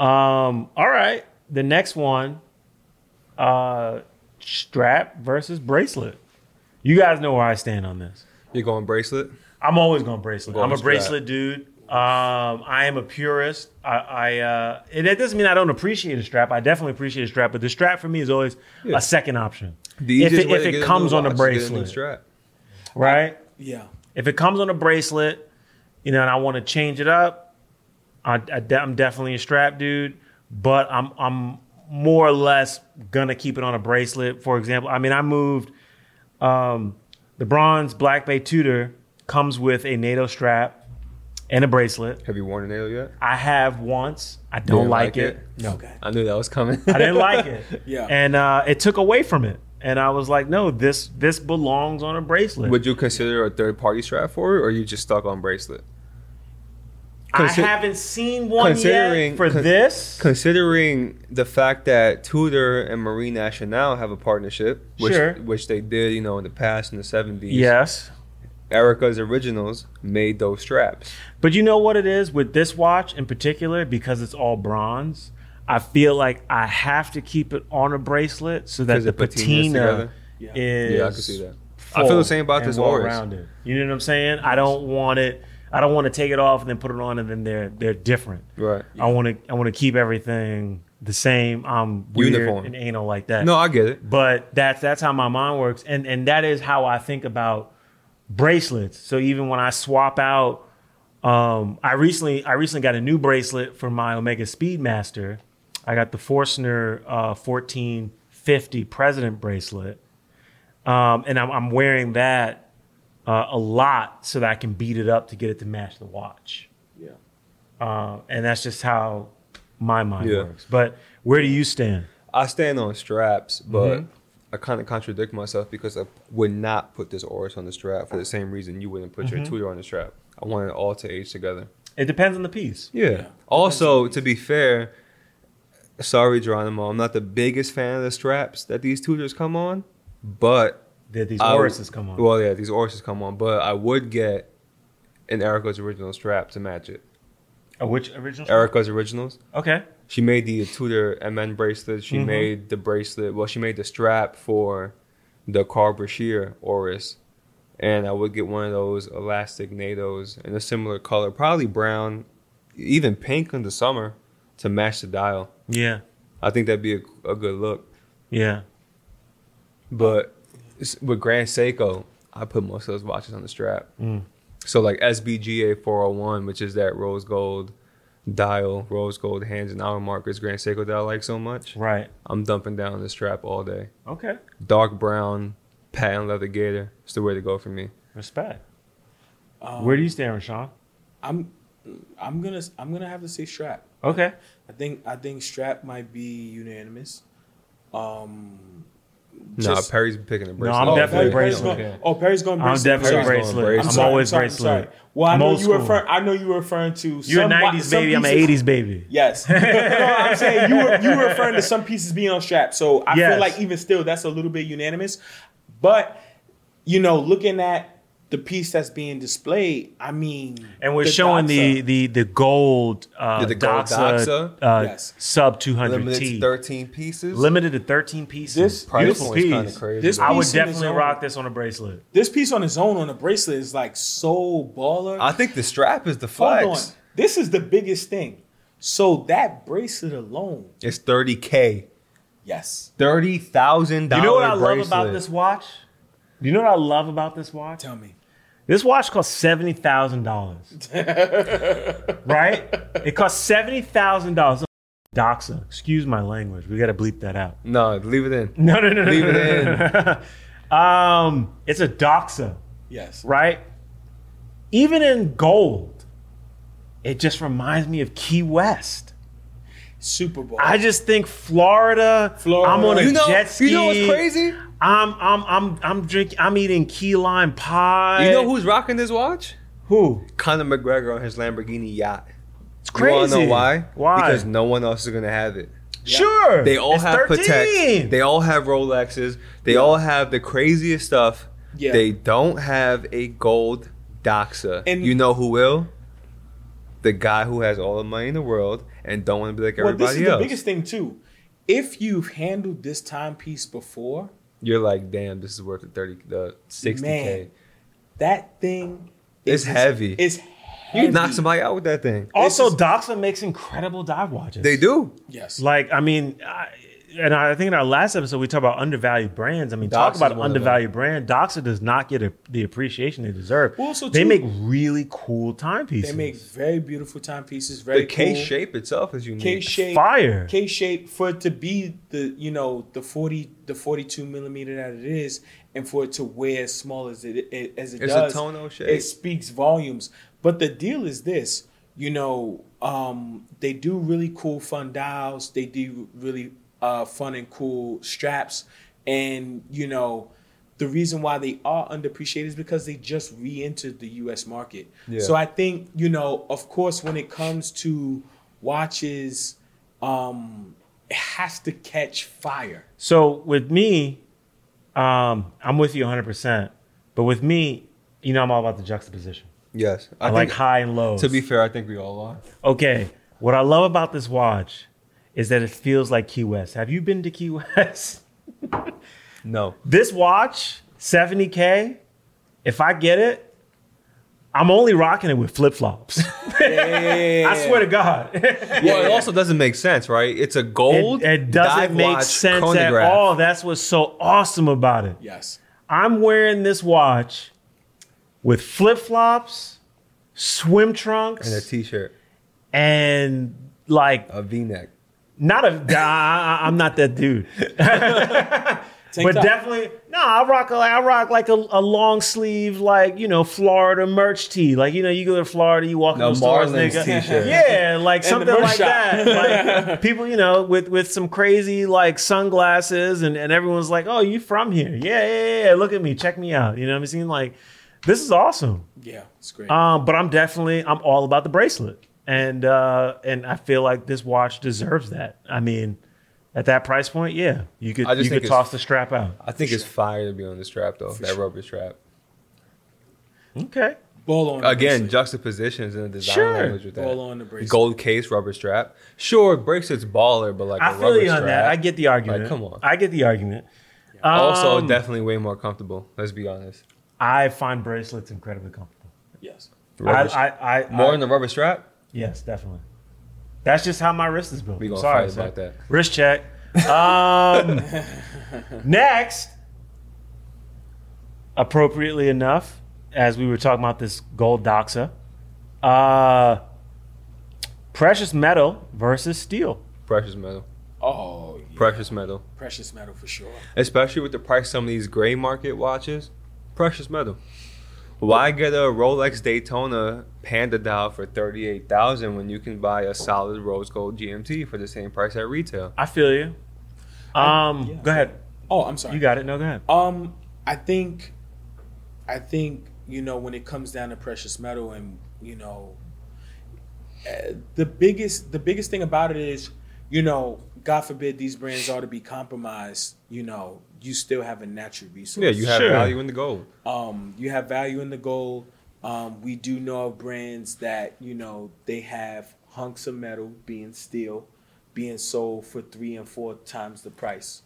Um, all right. The next one, uh, strap versus bracelet. You guys know where I stand on this. You're going bracelet. I'm always going bracelet. Going I'm a strap. bracelet dude. Um, I am a purist. I, I uh, and that doesn't mean I don't appreciate a strap. I definitely appreciate a strap, but the strap for me is always Yeah. a second option. The if easiest it, way if to get it new comes on a watch is get new bracelet, strap. right? Yeah, If it comes on a bracelet, you know, and I want to change it up, I, I de- I'm definitely a strap dude. But I'm I'm more or less gonna keep it on a bracelet. For example, I mean, I moved um, the bronze Black Bay Tudor comes with a NATO strap and a bracelet. Have you worn a nail yet? I have once. I don't Didn't like, like it. it? No, okay. I knew that was coming. I didn't like *laughs* it. Yeah. and uh, it took away from it. And I was like, no, this this belongs on a bracelet. Would you consider a third party strap for it, or are you just stuck on bracelet? I Consi- haven't seen one yet considering- for con- this. Considering the fact that Tudor and Marine National have a partnership, which Sure. which they did, you know, in the past in the seventies. yes. Erica's originals made those straps. But you know what it is with this watch in particular, because it's all bronze. I feel like I have to keep it on a bracelet so that 'Cause the it patinas patina together? Yeah. is. Yeah, I can see that. I feel the same about this Oris. rounded. You know what I'm saying? I don't want it. I don't want to take it off and then put it on, and then they're they're different. Right. I want to I want to keep everything the same. I'm weird Uniform. and anal like that. No, I get it. but that's that's how my mind works and and that is how i think about bracelets so even when i swap out um i recently i recently got a new bracelet for my omega speedmaster i got the forstner uh 1450 president bracelet um and i'm, I'm wearing that uh, a lot so that i can beat it up to get it to match the watch Yeah. uh, and that's just how my mind Yeah. works but where do you stand I stand on straps, but Mm-hmm. I kind of contradict myself because I would not put this Oris on the strap for the same reason you wouldn't put Mm-hmm. your Tudor on the strap. I wanted it all to age together. it depends on the piece Yeah. Yeah. Also, to be fair, sorry, Geronimo, I'm not the biggest fan of the straps that these tutors come on, but that these I- orises come on Uh, Well, yeah, these orises come on, but I would get an Erica's original strap to match it. Uh, which original? Erica's originals. Okay. She made the Tudor MN bracelet. She made the bracelet. Well, she made the strap for the Carl Brashear Oris. And I would get one of those elastic nados in a similar color, probably brown, even pink in the summer to match the dial. Yeah. I think that'd be a, a good look. Yeah. But s- with Grand Seiko, I put most of those oh watches on the strap. So like SBGA 401, which is that rose gold dial, rose gold hands, and hour markers, Grand Seiko that I like so much. Right. I'm dumping down the strap all day. Okay. Dark brown, patent leather gator. It's the way to go for me. Respect. Um, Where do you stand, Rashawn? I'm I'm gonna I'm gonna have to say strap. Okay. I think I think strap might be unanimous. Um, No, nah, just- Perry's picking a bracelet. I'm oh, definitely Perry- Perry's bracelet. gonna- Oh, Perry's going. I'm definitely Perry's going bracelet. bracelet. I'm Sorry, always sorry, I'm bracelet. sorry. Well, I I'm know old you were. school. Refer- I know you were referring to. You're a some- 90s some baby. I'm an pieces- 80s baby. *laughs* Yes. no, I'm saying you were, you were referring to some pieces being on strap. So I Yes. feel like even still, that's a little bit unanimous. But, you know, looking at the piece that's being displayed, I mean. And we're the showing the, Datsun. the the gold uh, Yeah, the gold Datsa, Datsa. uh, Yes. sub 200 Limited T. to 13 pieces. Limited to 13 pieces. This- Price Beautiful point's piece. kinda crazy. This though. I would Piece in definitely its own. rock this on a bracelet. This piece on its own on the bracelet is like so baller. I think the strap is the Hold flex. on. This is the biggest thing. So that bracelet alone, It's 30K. yes. Thirty thousand You dollars. know what I love about this watch? You know what I love about this watch? Tell me. This watch costs seventy thousand *laughs* dollars. right? It costs seventy thousand dollars. Doxa. Excuse my language. We gotta bleep that out. No, leave it in. No, no, no, no. Leave no, it no, no, no. um, it's a Doxa, Yes. right? Even in gold, it just reminds me of Key West. Super Bowl. I just think Florida. Florida. I'm on a You know, jet ski. you know what's crazy? I'm I'm I'm I'm drinking. I'm eating key lime pie. You know who's rocking this watch? who? Conor McGregor on his Lamborghini yacht. It's You wanna crazy. know why? Why? Because no one else is gonna have it. sure. They all It's have 13. Patek. They all have Rolexes. They all have the craziest stuff. Yeah. They don't have a gold Doxa. And- you know who will? The guy who has all the money in the world and don't want to be like well, everybody this is else. the biggest thing too. If you've handled this timepiece before, You're like, damn, this is worth the thirty, the sixty k. Man, that thing It's heavy. It's You heavy. knock somebody out with that Oh. thing. Also, This is- Doxa makes incredible dive watches. They do. Yes. Like I mean, I, and I think in our last episode we talked about undervalued brands. I mean, Doxa's talk about an one of them. undervalued brand. Doxa does not get a, the appreciation they deserve. Well, also, they too- make really cool timepieces. they make very beautiful timepieces. Very The K cool. shape itself is unique. K shape. fire. K shape for it to be the you know the forty the forty two millimeter that it is, and for it to wear as small as it, it as it It's a does, tonal shape. It speaks volumes. But the deal is this, you know, um, they do really cool fun dials. They do really uh, fun and cool straps, and you know. The reason why they are underappreciated is because they just re-entered the U.S. market. Yeah. So I think you know, of course, when it comes to watches, um, it has to catch fire. So with me, um, I'm with you 100. percent But with me, you know, I'm all about the juxtaposition. Yes, I, like high and low. To be fair, I think we all are. okay, what I love about this watch is that it feels like Key West. Have you been to Key West? *laughs* No, this watch, 70k. If I get it, I'm only rocking it with flip flops. *laughs* I swear to God. *laughs* well, it also doesn't make sense, right? It's a gold. It, it doesn't dive make watch sense at chronograph. all. That's what's so awesome about it. Yes. I'm wearing this watch with flip flops, swim trunks, And a T-shirt, and like a V-neck. not a. *laughs* I, I- I'm not that dude, Tank but top. definitely no. I rock a- I rock like a, a long sleeve, like you know, Florida merch tee. Like you know, you go to Florida, you walk in A those stores, Marlins nigga. *laughs* t-shirt. Yeah, like the something merch like shop. that. Like people, you know, with with some crazy like sunglasses, and and everyone's like, "Oh, you from here? Yeah, yeah, yeah. Look at me, check me out." You know what I'm saying? Like, this is awesome. yeah, it's great. Um, but I'm definitely I'm all about the bracelet, and uh, and I feel like this watch deserves that. I mean, at that price point, yeah, you could I you just think could it's- toss the strap out. I think it's fire to be on the strap though. that sure. rubber strap. Okay, Ball on the Again, bracelet. juxtapositions in the design Sure. language with that. Ball on the bracelet. Gold case, rubber strap. Sure, bracelet's baller, but like a I feel rubber you on strap. that. I get the argument. Like, come on. I get the argument. also, Um, definitely way more comfortable. Let's be honest. I I find bracelets incredibly comfortable. yes. I, I, I, more I- in the rubber strap. yes, definitely. That's just how my wrist is built. We I'm gonna sorry, fight sir. about that. Wrist check. *laughs* Um, next, appropriately enough, as we were talking about this gold doxa, uh, Precious metal versus steel. Precious metal. Oh, yeah. Precious metal. precious metal for sure. Especially with the price of some of these gray market watches. Precious metal. Why get a Rolex Daytona Panda dial for thirty eight thousand when you can buy a solid rose gold GMT for the same price at retail? I feel you. Um, yeah. go ahead. Oh, I'm sorry. You got it. No, go ahead. Um, I think, I think you know when it comes down to precious metal, and you know, eh, the biggest the biggest thing about it is, you know, God forbid these brands are to be compromised. You know, you still have a natural resource. Yeah, you have Sure. value in the gold. Um, you have value in the gold. Um, we do know of brands that you know they have hunks of metal being steel, being sold for three and four times the price.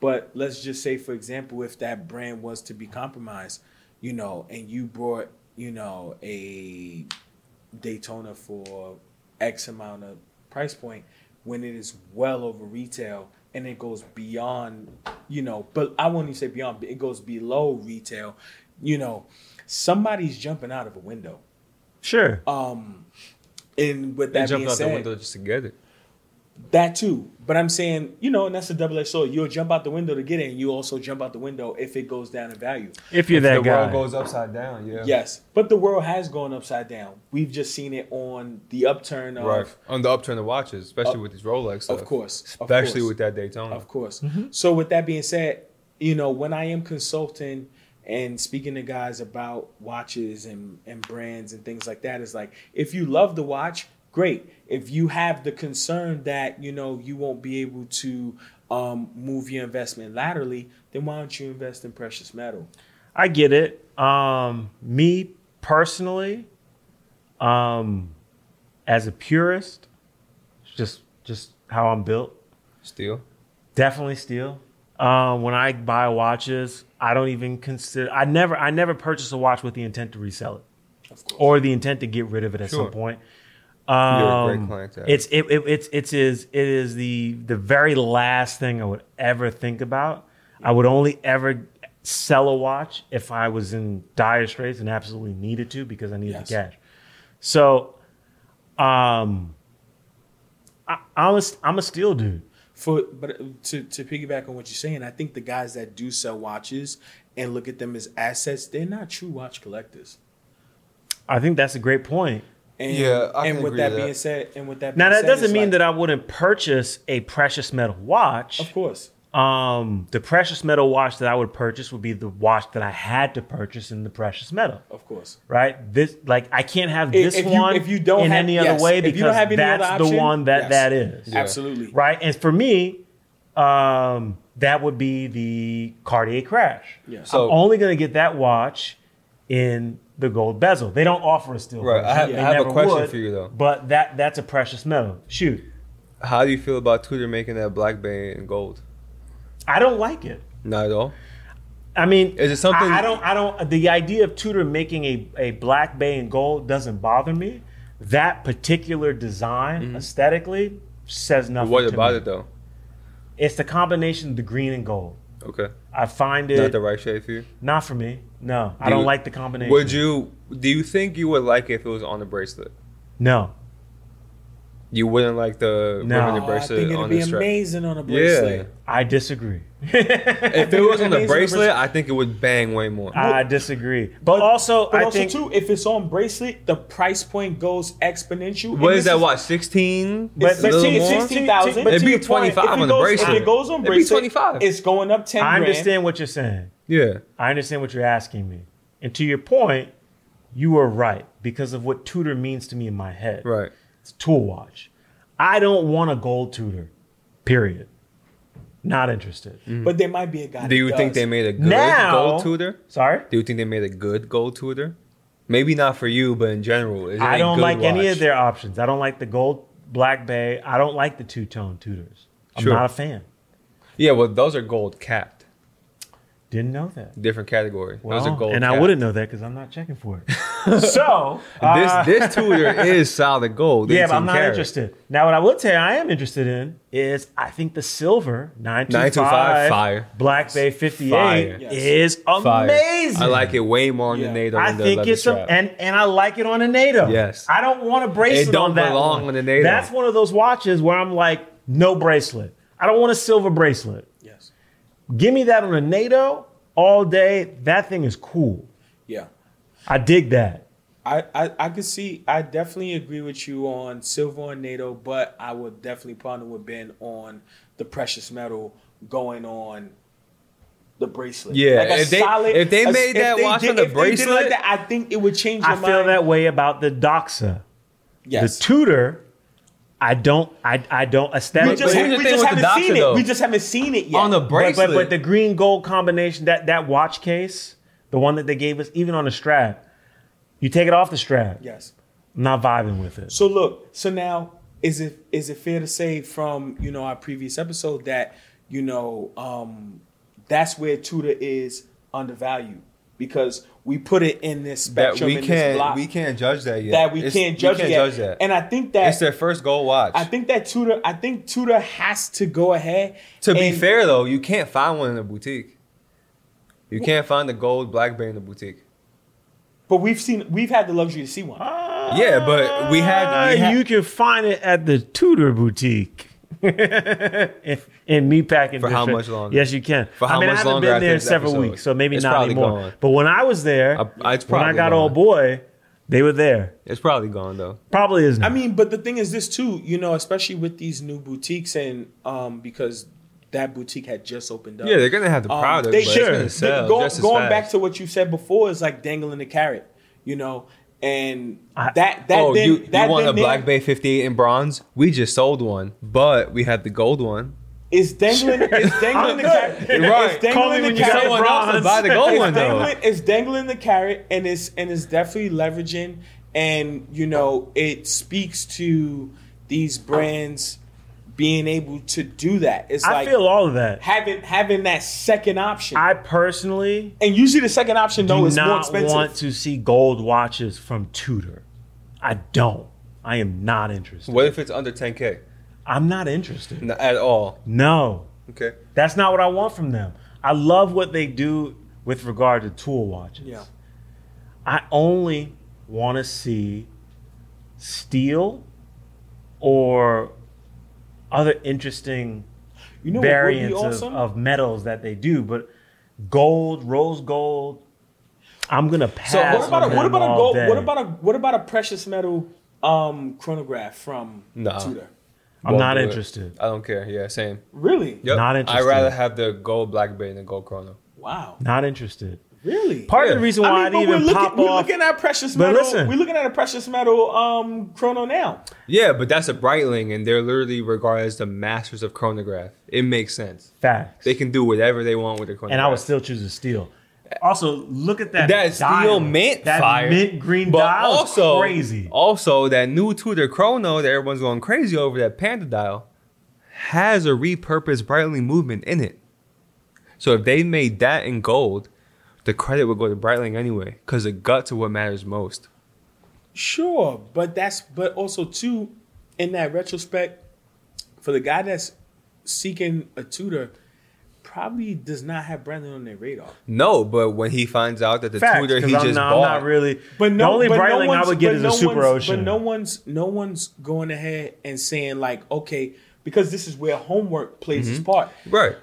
But let's just say, for example, if that brand was to be compromised, you know, and you brought you know a Daytona for X amount of price point when it is well over retail and it goes beyond, you know, but I won't even say beyond, it goes below retail, you know, somebody's jumping out of a window. Sure. Uh, Um, and with They that jumped being out the said, window just to get it. that too. But I'm saying, you know, and that's a double-edged sword. You'll jump out the window to get it, and you also jump out the window if it goes down in value. if you're If that the guy. world goes upside down, yeah. Yes, but the world has gone upside down. We've just seen it on the upturn of Right. On the upturn of watches, especially with these Rolex stuff. Of course. Of Especially course. with that Daytona. Of course. So with that being said, you know, when I am consulting and speaking to guys about watches and, and brands and things like that, is like if you love the watch, great. If you have the concern that, you know, you won't be able to um, move your investment laterally, then why don't you invest in precious metal? I get it. Um, me personally, um, as a purist, just just how I'm built, Still. definitely steel. Um, when I buy watches, I don't even consider. I never I never purchase a watch with the intent to resell it, Of course. or the intent to get rid of it at Sure. some point. a great Um, clientele. It's it, it, it's it's is it is the the very last thing I would ever think about. I would only ever sell a watch if I was in dire straits and absolutely needed to because I needed Yes. the cash. So, um, I, I'm a, I'm a steel dude. For but uh, to to piggyback on what you're saying, I think the guys that do sell watches and look at them as assets, they're not true watch collectors. I think that's a great point. And, Yeah, I and can with agree that to being that. said, and with that being Now that said, doesn't it's mean like- that I wouldn't purchase a precious metal watch. Of course. Um, the precious metal watch that I would purchase would be the watch that I had to purchase in the precious metal. Of course. right? This like I can't have If- this if you- one if you don't in have- any other yes. way If you because don't have any that's other the option, one that yes. that is Absolutely. right. And for me, um, that would be the Cartier Crash. Yeah. So- I'm only gonna get that watch in the gold bezel. They don't offer a steel. Right, I version. have- They I have a never question for you, though. But that that's a precious metal. Shoot, How do you feel about Tudor making that black bay in gold? I don't like it. Not at all. I mean, Is it something- I, I don't. I don't. The idea of Tudor making a a black bay and gold doesn't bother me. That particular design aesthetically says nothing. What to about me. Mm-hmm. it though? It's the combination of the green and gold. Okay. I find Not it the not, right shade for you. for me. No, I Do don't you- like the combination. Would you? Do you think you would like it if it was on the bracelet? No, You wouldn't like the No. The ribbon and Oh, I bracelet think it'd on be the strap. amazing on a bracelet. I disagree. If it was on the Amazing bracelet, bracelet. I think it would bang way *laughs* more. I disagree. But, also, But I also think. too, if it's on bracelet, the price point goes exponential. what And is this that? What sixteen? But- but a little see- more? see- 16,000. It'd To be your point, 25 if it on the goes- bracelet. If it goes on It'd be bracelet, 25. it's going up 10 I grand. understand what you're saying. yeah. I understand what you're asking me. And to your point, you are right because of what Tudor means to me in my head. Right. It's tool watch. I don't want a gold Tudor. Period. Not interested. But there might be a guy Do you that think does. they made a Mm-hmm. good Now- gold Tudor? Sorry. Do you think they made a good gold Tudor? Maybe not for you, but in general, is it I a don't good like any watch? of their options. I don't like the gold black bay. I don't like the two tone Tudors. I'm Sure. not a fan. Yeah, well, those are gold capped, Didn't know that. different category. Well, those are gold. and I capped. *laughs* wouldn't know that because I'm not checking for it. so This uh, this tutor is solid gold. *laughs* yeah, but I'm 18 not karat. interested. Now, what I will tell you, I am interested in is I think the silver 925 fire. Black Bay 58 Fire. Yes. is Fire. amazing. I like it way more on Yeah. the NATO. I than the think leather it's a, strap. and and I like it on a NATO. Yes. I don't want a bracelet. It don't on that belong one. on a NATO. That's one of those watches where I'm like, no bracelet. I don't want a silver bracelet. Yes. Give me that on a NATO all day. That thing is cool. Yeah. I dig that. I, I, I could see I definitely agree with you on silver and NATO, but I would definitely partner with Ben on the precious metal going on the bracelet. Yeah, a if they- if they a- made that watch on the if they did like bracelet- that, I think it would change your I feel mind. that way about the Doxa. yes. The Tudor, I don't, I, I don't we aesthetic. just, here's the we thing just with the haven't doctor, seen it. though. We just haven't seen it yet. On the but, bracelet. but but the green gold combination that that watch case, the one that they gave us, even on the strap, you take it off the strap. yes. I'm not vibing with it. So look, so now is it is it fair to say from you know our previous episode that you know um that's where Tudor is undervalued because we put it in this that spectrum we in this block can't we can't judge that yet. that we It's- can't judge yet. that. And I think that it's their first gold watch. I think that Tudor I think Tudor has to go ahead to be and- fair though, you can't find one in a boutique. You can't find the gold blackberry in the boutique. but we've seen we've had the luxury to see one. Yeah, but we Ah, had- we had- Ah, you can find it at the Tudor boutique. *laughs* in, in meatpacking For how district. much longer? Yes, you can. For how I mean, much I haven't longer been after there in this several episode? weeks, so maybe It's not probably anymore. gone. But when I was there, I- it's when I probably got gone. old boy, they were there. It's probably gone though. Probably is. I Not. mean, but the thing is this too, you know, especially with these new boutiques and um because that boutique had just opened up. Yeah, they're gonna have the Um, product. they- but Sure. it's They- gonna sell go- just as going fast. back to what you said before is like dangling the carrot, you know, and I- that that oh, then, you, that you want then a Black there Bay 58 in bronze? We just sold one, but we had the gold one. is dangling is *laughs* dangling the I'm carrot. good. Right. It's Call me when dangling the you got carrot. it, Someone bro. else bronze. to buy the gold one It's though. dangling, it's dangling the carrot, and it's and it's definitely leveraging, and you know it speaks to these brands being able to do that. It's I like feel all of that. having having that second option, I personally and usually the second option though do is more not expensive. want to see gold watches from Tudor. I don't. I am not interested. What if it's under 10k? I'm not interested. N- at all. No. Okay. That's not what I want from them. I love what they do with regard to tool watches. yeah, I only want to see steel or other interesting you know what would be variants awesome? of, of metals that they do, but gold, rose gold, I'm gonna pass. So what on about a, what them about a all gold? day. What about a what about a precious metal um chronograph from Nah. Tudor? I'm Won't not do it. interested. I don't care. Yeah, same. Really? Yep. Not interested. I'd rather have the gold blackberry than the gold chrono. Wow. Not interested. Really? Part of Yeah. the reason why I, but didn't even we're looking, pop we're off. looking at precious But metal. listen. we're looking at a precious metal um chrono now. Yeah, but that's a Breitling, and they're literally regarded as the masters of chronograph. It makes sense. facts. They can do whatever they want with their chronograph. and I would still choose a steel. Also, look at that. that steel dial. mint that fire, mint green dial. is crazy. Also, that new Tudor Chrono that everyone's going crazy over, that Panda dial, has a repurposed Breitling movement in it. So if they made that in gold, the credit would go to Breitling anyway, because the guts are what matters most. Sure, but that's but also too in that retrospect for the guy that's seeking a tutor probably does not have Brandon on their radar. No, but when he finds out that the Facts, Tudor 'cause he I'm just not, I'm bought, not really. But no, the only but no Breitling I one's- would get but is no a Super one's- Ocean. But no one's no one's going ahead and saying like, okay, because this is where homework plays its part. right?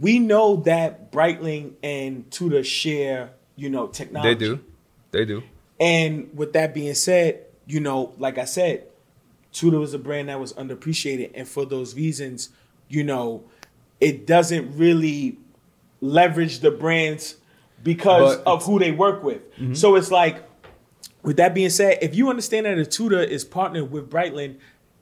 We know that Breitling and Tudor share, you know, technology. They do, they do. And with that being said, you know, like I said, Tudor was a brand that was underappreciated, and for those reasons, you know, it doesn't really leverage the brands because But- of who they work with. So it's like, with that being said, if you understand that a Tudor is partnered with Brightland.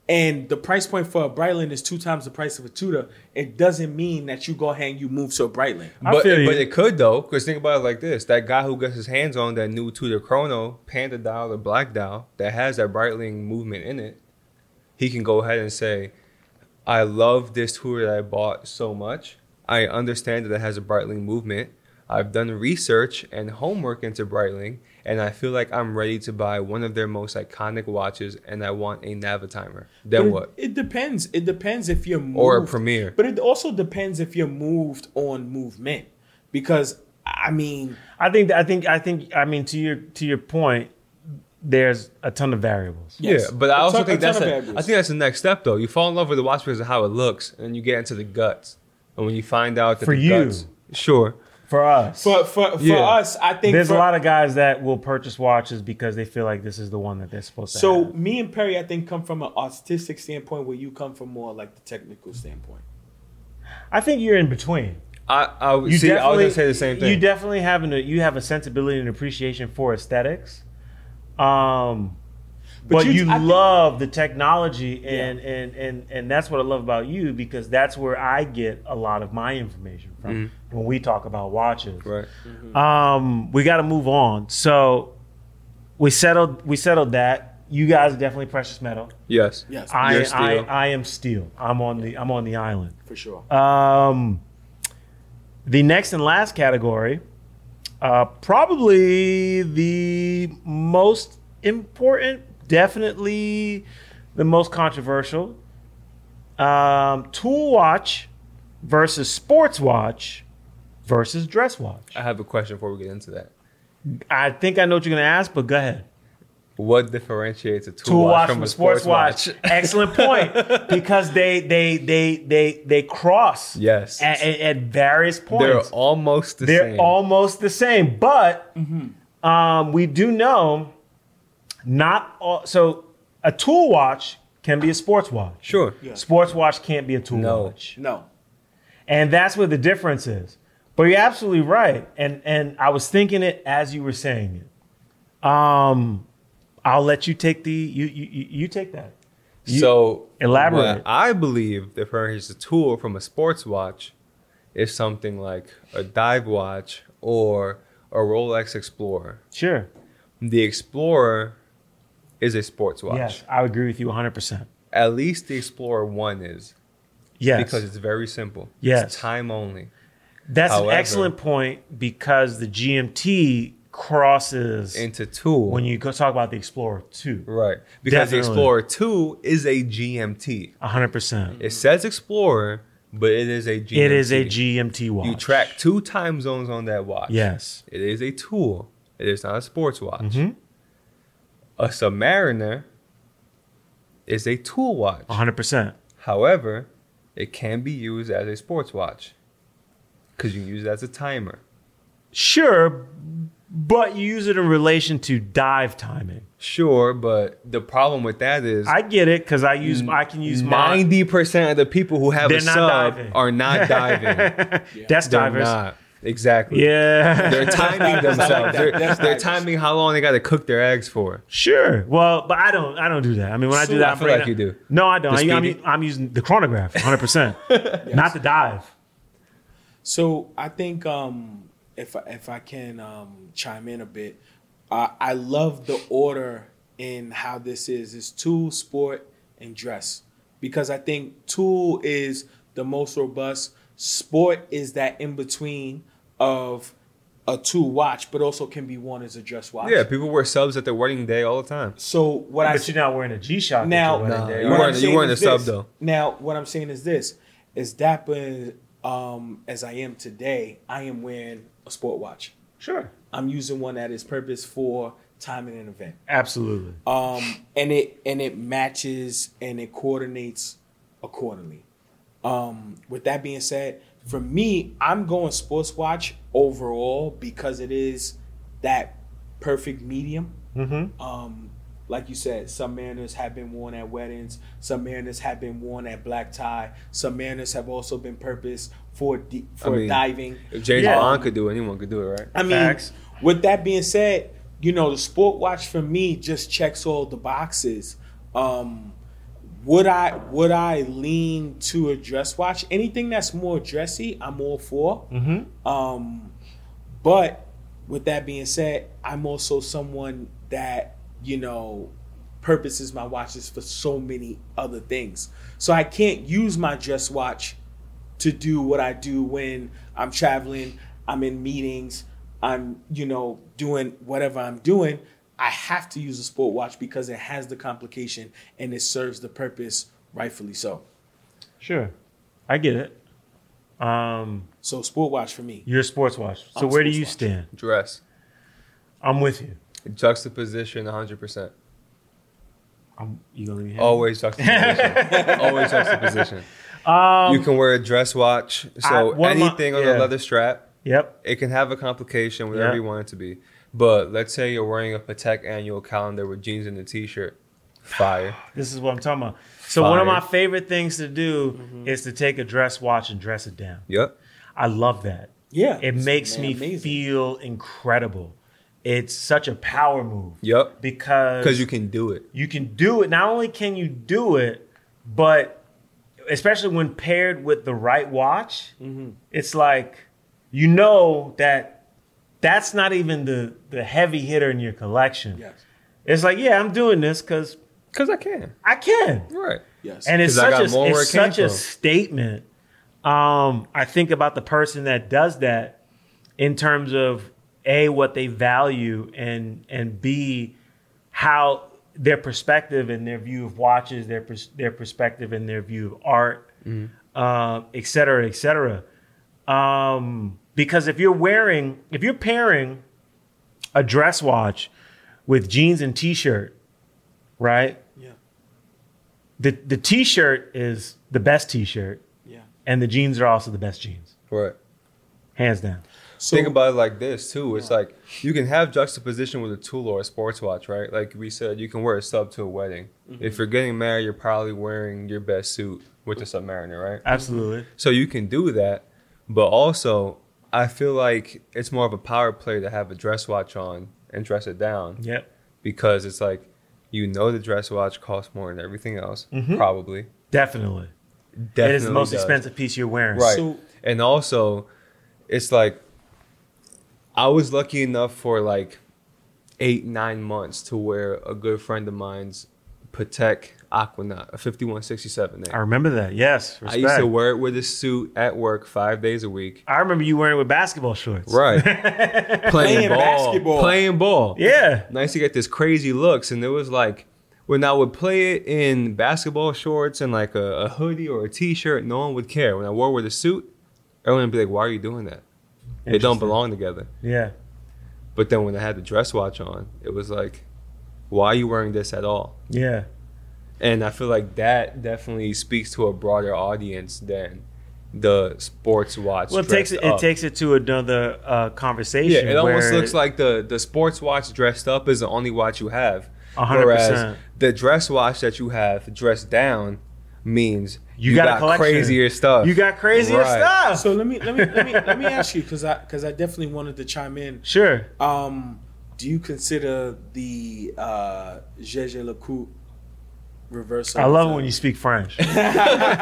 And the price point for a Brightland is two times the price of a Tudor. It doesn't mean that you go ahead and you move to a Brightland. I but, feel you. but it could though, because think about it like this: that guy who gets his hands on that new Tudor Chrono Panda dial or Black dial that has that Breitling movement in it, he can go ahead and say, "I love this Tudor that I bought so much. I understand that it has a Breitling movement. I've done research and homework into Breitling, and I feel like I'm ready to buy one of their most iconic watches, and I want a Navitimer. Then But it- what? It, depends. It depends if you're moved. Or a premiere. But it also depends if you're moved on movement. Because I mean, I think I think I think I mean to your to your point, there's a ton of variables. yes. Yeah, but I A also ton- think a ton that's of a, I variables. think that's the next step though. You fall in love with the watch because of how it looks, and then you get into the guts, and when you find out that For the you. guts, sure, For us. for for, for Yeah. us, I think there's for- a lot of guys that will purchase watches because they feel like this is the one that they're supposed to So have. me and Perry, I think, come from an artistic standpoint, where you come from more like the technical standpoint. I think you're in between. I I would You see. I was definitely- gonna say the same You thing. definitely have an you have a sensibility and appreciation for aesthetics. Um but, you- you, I think- love the technology and, and and and that's what I love about you because that's where I get a lot of my information from when we talk about watches. Mm-hmm. right. Um, we got to move on. So we settled. We settled that. You guys are definitely precious metal. Yes. Yes, I, You're I, steel. I am steel. I'm on the. I'm on the island. for sure. Um, the next and last category, uh, probably the most important, definitely the most controversial. Um, tool watch versus sports watch versus dress watch. I have a question before we get into that. I think I know what you're going to ask, but go ahead. What differentiates a tool, Tool watch, watch from a sports, watch? *laughs* Excellent point, because they they they they they cross Yes. at, at- at various points. They're almost the They're same. almost the same, but um, we do know not all. So a tool watch can be a sports watch. sure. Sports watch can't be a tool No. watch. No, And that's where the difference is. But you're absolutely right. And and I was thinking it as you were saying it. Um, I'll let you take the you you, you you take that. so elaborate. what I believe differentiates a tool from a sports watch is something like a dive watch or a Rolex Explorer. Sure. The Explorer is a sports watch. Yes, I agree with you 100%. At least the Explorer One is Yes. because it's very simple. Yes. It's time only. That's However- an excellent point because the GMT crosses Into tool. when you go talk about the Explorer too. right. Because the Definitely. Explorer Two is a GMT. 100%. It says Explorer, but it is a GMT. It is a GMT watch. You track two time zones on that watch. Yes. It is a tool. It is not a sports watch. Mm-hmm. A Submariner is a tool watch. 100%. However, it can be used as a sports watch because you can use it as a timer. Sure, but you use it in relation to dive timing. Sure, but the problem with that is I get it because I use I can use *laughs* mine. ninety percent of the people who have They're a not sub diving. *laughs* are not diving. They're That's divers. not. Exactly. Yeah. *laughs* They're timing like themselves. that. They're, That's they're divers. timing how long they got to cook their eggs for. sure. Well, but I don't. I don't do that. I mean, when I do So that, I I'm feel like bringing you up- do. No, I don't. The I, am speedy- I'm using the chronograph, 100, *laughs* percent not the dive. So I think um, if I, if I can um, chime in a bit, I I love the order in how this is. It's tool, sport, and dress because I think tool is the most robust. Sport is that in between of a tool watch, but also can be worn as a dress watch. Yeah, people wear subs at their wedding day all the time. So what I But you're not wearing a G-Shock now, Nah, what you I'm weren't- you saying weren't is a sub, this. though. Now, what I'm saying is this: as dapper um, as I am today, I am wearing a sport watch. Sure, I'm using one that is purpose for timing an event, absolutely. um, and it and it matches and it coordinates accordingly. Um, with that being said, for me, I'm going sports watch overall because it is that perfect medium Mm-hmm. um, like you said, some mariners have been worn at weddings. Some mariners have been worn at black tie. Some mariners have also been purposed for de- for mean, diving. If James Yeah. Bond could do it, anyone could do it, right? I mean, Facts. with that being said, you know the sport watch for me just checks all the boxes. Um, would I would I lean to a dress watch? Anything that's more dressy, I'm all for. Um, but with that being said, I'm also someone that, you know, purposes my watches for so many other things. So I can't use my dress watch to do what I do when I'm traveling. I'm in meetings, I'm, you know, doing whatever I'm doing, I have to use a sport watch because it has the complication and it serves the purpose rightfully so. Sure, I get it. Um, So sport watch for me. you're a sports watch. So I'm a where do sports you watch. stand? Dress. I'm with you. Juxtaposition 100%. I'm, you gonna leave me hanging? *laughs* Always juxtaposition. Always juxtaposition. you can wear a dress watch. Um, I- So one of my- anything on yeah. a leather strap, Yep. it can have a complication, whatever Yeah. you want it to be. But let's say you're wearing a Patek annual calendar with jeans and a t shirt. *sighs* Fire. This is what I'm talking about. So one of Fire. my favorite things to do Mm-hmm. is to take a dress watch and dress it down. Yep. I love that. Yeah. It makes me feel incredible. It's such a power move. Yep. Because Because you can do it. you can do it. Not only can you do it, but especially when paired with the right watch, it's like you know that that's not even the the heavy hitter in your collection. Yes. It's like, yeah, I'm doing this because Because I can. I can. Right. Yes. And it's 'Cause I such got a more where it's it came such a from. statement. Um, I think about the person that does that in terms of a what they value and and b how their perspective and their view of watches, their pers- their perspective and their view of art, uh, et cetera, et cetera. Um, because if you're wearing, if you're pairing a dress watch with jeans and t-shirt, right? yeah. the the t-shirt is the best t-shirt Yeah. and the jeans are also the best jeans Right. hands down So Think about it like this too. It's like you can have juxtaposition with a tool or a sports watch, right? Like we said, you can wear a sub to a wedding. Mm-hmm. If you're getting married, you're probably wearing your best suit with the submariner, right? absolutely So you can do that, but also I feel like it's more of a power play to have a dress watch on and dress it down yep because it's like you know the dress watch costs more than everything else, probably. definitely, Definitely it is Mm-hmm. the most does. expensive piece you're wearing Right. So- and also, it's like I was lucky enough for like eight, nine months to wear a good friend of mine's Patek Aquanaut, a 5167. i there. remember that yes I respect. used to wear it with a suit at work five days a week. I remember you wearing it with basketball shorts *laughs* Right. playing, Playing ball. basketball. Playing ball. yeah Nice to get this crazy looks. And it was like, when I would play it in basketball shorts and like a, a hoodie or a t shirt, no one would care. When I wore it with a suit, everyone would be like, why are you doing that? They don't Interesting. belong together. yeah But then when I had the dress watch on, it was like, why are you wearing this at all? yeah And I feel like that definitely speaks to a broader audience than the sports watch. well it takes dressed it, up. it takes it to another uh, Yeah, conversation it almost where- looks like the the sports watch dressed up is the only watch you have. A hundred percent. the dress watch that you have dressed down means You got a collection. crazier stuff. you got crazier Right. stuff so let me let me let me let me ask you because I because I definitely wanted to chime in. sure Um, do you consider the uh Gégé Lecoultre reversal? i love it when you speak *laughs* french Do it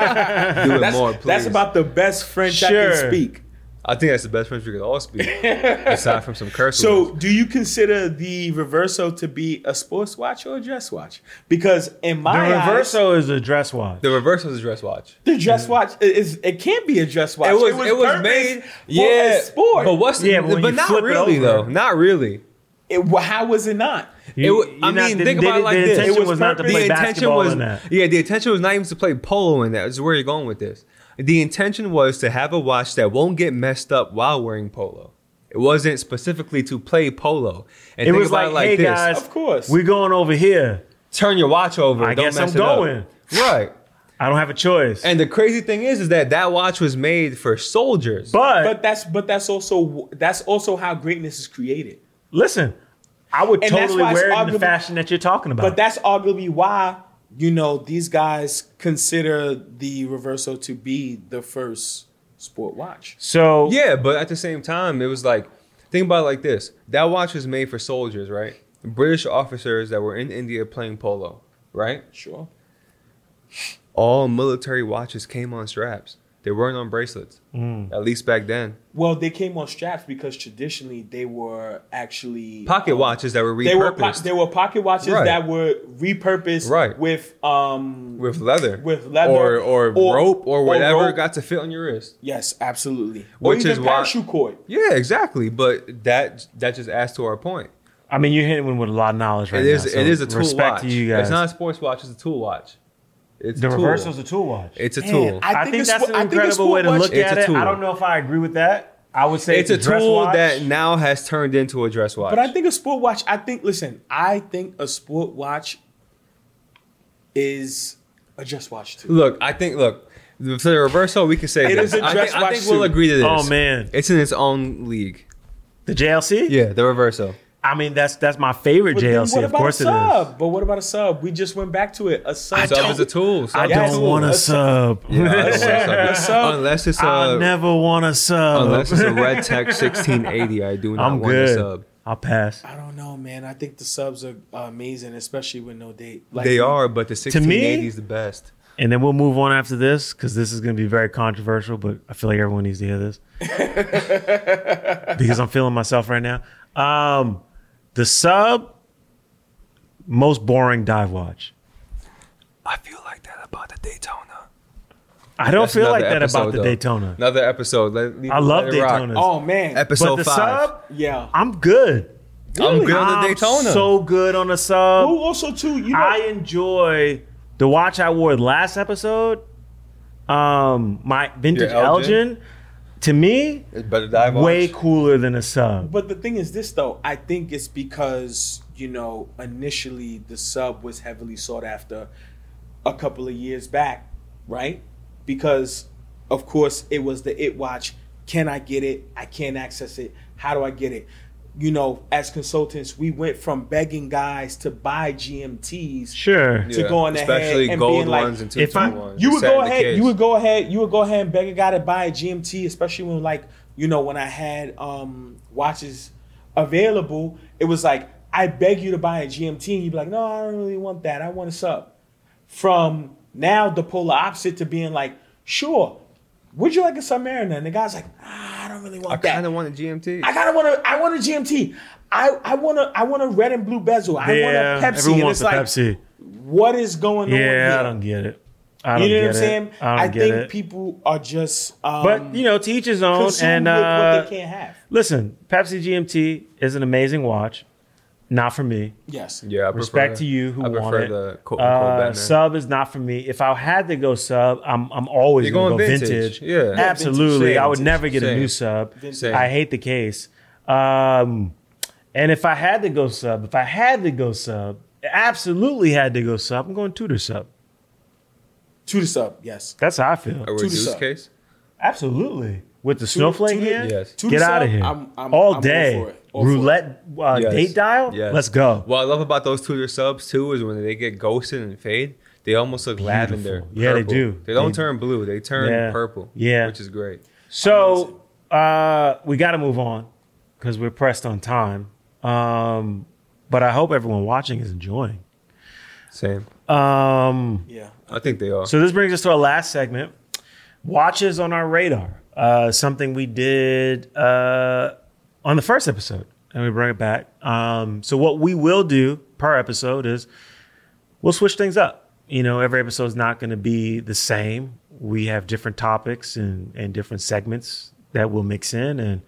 that's, more, please. that's about the best French I Sure. can speak. I think that's the best French we could *laughs* all speak, aside from some curse So, words. do you consider the Reverso to be a sports watch or a dress watch? Because in the my eyes, reverso is a dress watch The reverse was a dress watch. the dress watch i- is it can't be a dress watch. Mm. It was it was, purposed made for yeah a sport. But what's Yeah, yeah, but when but, you not flip it really over- though. Not really. It- wh- how was it not? You- It wa- I you're not- mean, the- think the- about it like the this. intention It was, was not to purpose- play the basketball was in that. yeah. The intention was not even to play polo in that. Is where you're going with this. The intention was to have a watch that won't get messed up while wearing polo. It wasn't specifically to play polo. And It think was about like, hey guys, Of course. we're going over here. turn your watch over. I don't guess mess I'm it up. going. Right. I don't have a choice. And the crazy thing is, is that that watch was made for soldiers. but, But that's but that's also w- that's also how greatness is created. listen, I would And that's totally why it's wear it in the arguably- fashion that you're talking about. But that's arguably why you know these guys consider the Reverso to be the first sport watch. so Yeah, but at the same time, it was like, think about it like this. That watch was made for soldiers, right? British officers that were in India playing polo, right? Sure. All military watches came on straps. They weren't on bracelets, Mm. at least back then. Well, they came on straps because traditionally they were actually Pocket watches that were repurposed They were po- they were pocket watches Right. that were repurposed Right. with um with leather, with leather or or, or- rope or or whatever rope. got to fit on your wrist. yes absolutely or Which even is why- parachute cord Yeah, exactly. But that that just adds to our point. I mean, you're hitting one with a lot of knowledge right It is now. so it is a tool respect watch. to you guys. It's not a sports watch. It's a tool watch. It's the a tool. reversal's a tool watch. It's a Man, tool. I- I think think it's that's what- an I think it's incredible what way to watch- look It's at a it. tool. I don't know if I agree with that. I would say it's a dress tool watch. that now has turned into a dress watch. but I think a sport watch I think listen I think a sport watch is a just watch too look, I think look for the reversal, we can say It this. is a I dress think, I watch think we'll suit. agree to this. Oh, man. it's in its own league. the JLC. Yeah, the reversal. I mean, that's that's my favorite But then JLC. what Of about course a it sub? is. But what about a sub? We just went back to it. A sub. Sub is a tool. I Sub is a Yes. don't tool. want a Yes. *laughs* sub. Yeah, I don't want a *laughs* Yes. sub. unless it's a I never want a sub. unless it's a red tech 1680. I do not I'm want a good. sub. I'll pass. I don't know, man. I think the subs are are amazing, especially with no date. Like, they are, but the 1680 me- is the best. And then we'll move on after this because this is going to be very controversial, but I feel like everyone needs to hear *laughs* this because I'm feeling myself right now. Um, the sub, most boring dive watch. I feel like that about the Daytona. I don't That's feel another like that episode, about the though. Daytona. Another episode. Let- leave- I love let it rock. Daytonas. Oh man. but Episode the five. sub, yeah. I'm good. I'm good on the I'm Daytona. So good on the sub. Oh, also too. You know, I enjoy the watch I wore last episode. Um, my vintage Your Elgin? Elgin. to me, it's better dive way watch. cooler than a sub. Um, but the thing is this though. I think it's because you know initially the sub was heavily sought after a couple of years back, right? Because of course it was the it watch. Can I get it? I can't access it. How do I get it? You know, as consultants, we went from begging guys to buy GMTs Sure. to go on ahead especially and gold being like, ones and two if I- ones. You would Sat in go the ahead. cage. You would go ahead. You would go ahead and beg a guy to buy a GMT, especially when like you know when I had um watches available. It was like I beg you to buy a GMT, and you'd be like, no, I don't really want that. I want a sub. From now the polar opposite to being like, sure, would you like a Submariner? And the guy's like, ah, I don't really want I that. kind of want a GMT. I gotta want to. I want a GMT. I, I want to. I want a red and blue bezel. I Yeah, want a Pepsi. everyone and wants it's a like, Pepsi. What is going Yeah, on? here? I don't get it. I don't You know get what I'm it. saying? I I, don't get think it. people are just um, but you know, to each his own. consumed And with uh, what they can't have. listen, Pepsi GMT is an amazing watch. Not for me. Yes. yeah, I Respect prefer- to you who I want prefer it. the Colt and Colt uh, Batman. sub is not for me. If I had to go sub, I'm I'm always You're gonna going go vintage. vintage. Yeah. Yeah, absolutely. vintage. I would Same. never get a Same. new sub. Same. I hate the case. Um, and if I had to go sub, if I had to go sub, absolutely had to go sub. I'm going Tudor sub. To the sub. Yes. That's how I feel. A the reduced sub. case. Absolutely. With the snowflake Tudor- hand, Yes. Tudor get sub, out of here. I'm- I'm- I'm all all day. for it. All for it. Roulette uh, Yes. date dial. Yes. Let's go. What I love about those Tudor subs too is when they get ghosted and fade, they almost look lavender. Yeah, they purple. do. They don't They- turn blue. They turn Yeah. purple. Yeah. which is great. So uh, we got to move on because we're pressed on time. Um, but I hope everyone watching is enjoying. Same. Um, Yeah. I think they are. so this brings us to our last segment: watches on our radar. Uh, something we did uh, on the first episode, and we bring it back. Um, so what we will do per episode is we'll switch things up. You know, every episode is not going to be the same. We have different topics and, and different segments that we'll mix in. And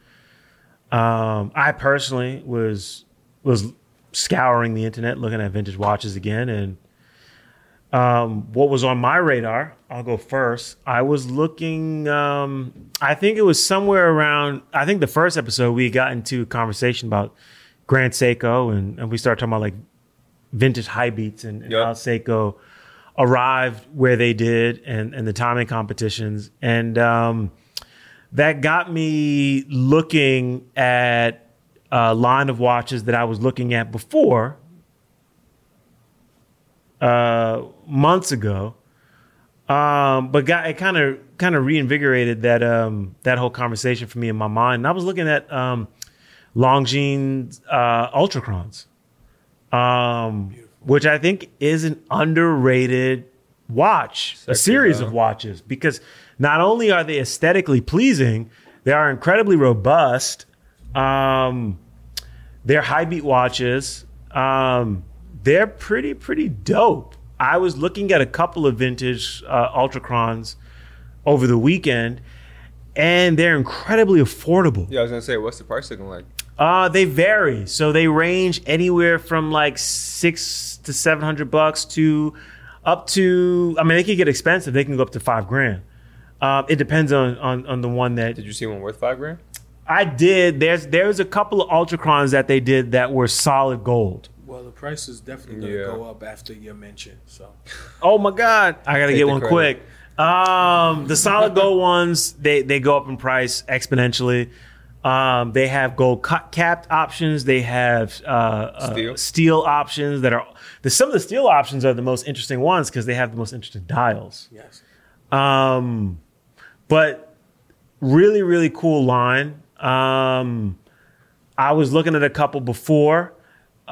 um, I personally was was scouring the internet looking at vintage watches again. And um, what was on my radar, I'll go first. I was looking. Um, I think it was somewhere around. I think the first episode we got into a conversation about Grand Seiko, and, and we started talking about like vintage high beats and, and Yep. how Seiko arrived where they did and, and the timing competitions. And um, that got me looking at a line of watches that I was looking at before uh, months ago. Um, but got it kind of kind of reinvigorated that um, that whole conversation for me in my mind. And I was looking at um, Longines uh, Ultracrons um, which I think is an underrated watch, a Sex series appeal. of watches, because not only are they aesthetically pleasing, they are incredibly robust. Um, they're high beat watches. Um, they're pretty pretty dope. I was looking at a couple of vintage uh, Ultracrons over the weekend, and they're incredibly affordable. Yeah, I was gonna say, what's the price looking like? Uh, they vary. So they range anywhere from like six to seven hundred bucks to up to. I mean, they can get expensive. They can go up to five grand. Uh, it depends on, on on the one that Did you see one worth five grand? I did. There's there's a couple of Ultracrons that they did that were solid gold. Well, the price is definitely going to Yeah. go up after your mention. So Oh my god! I gotta Take get the one credit. quick. Um, the solid *laughs* gold ones they they go up in price exponentially. Um, they have gold cut capped options. They have uh, uh, Steel. steel options that are the, some of the steel options are the most interesting ones because they have the most interesting dials. yes, Um, but really, really cool line. Um, I was looking at a couple before.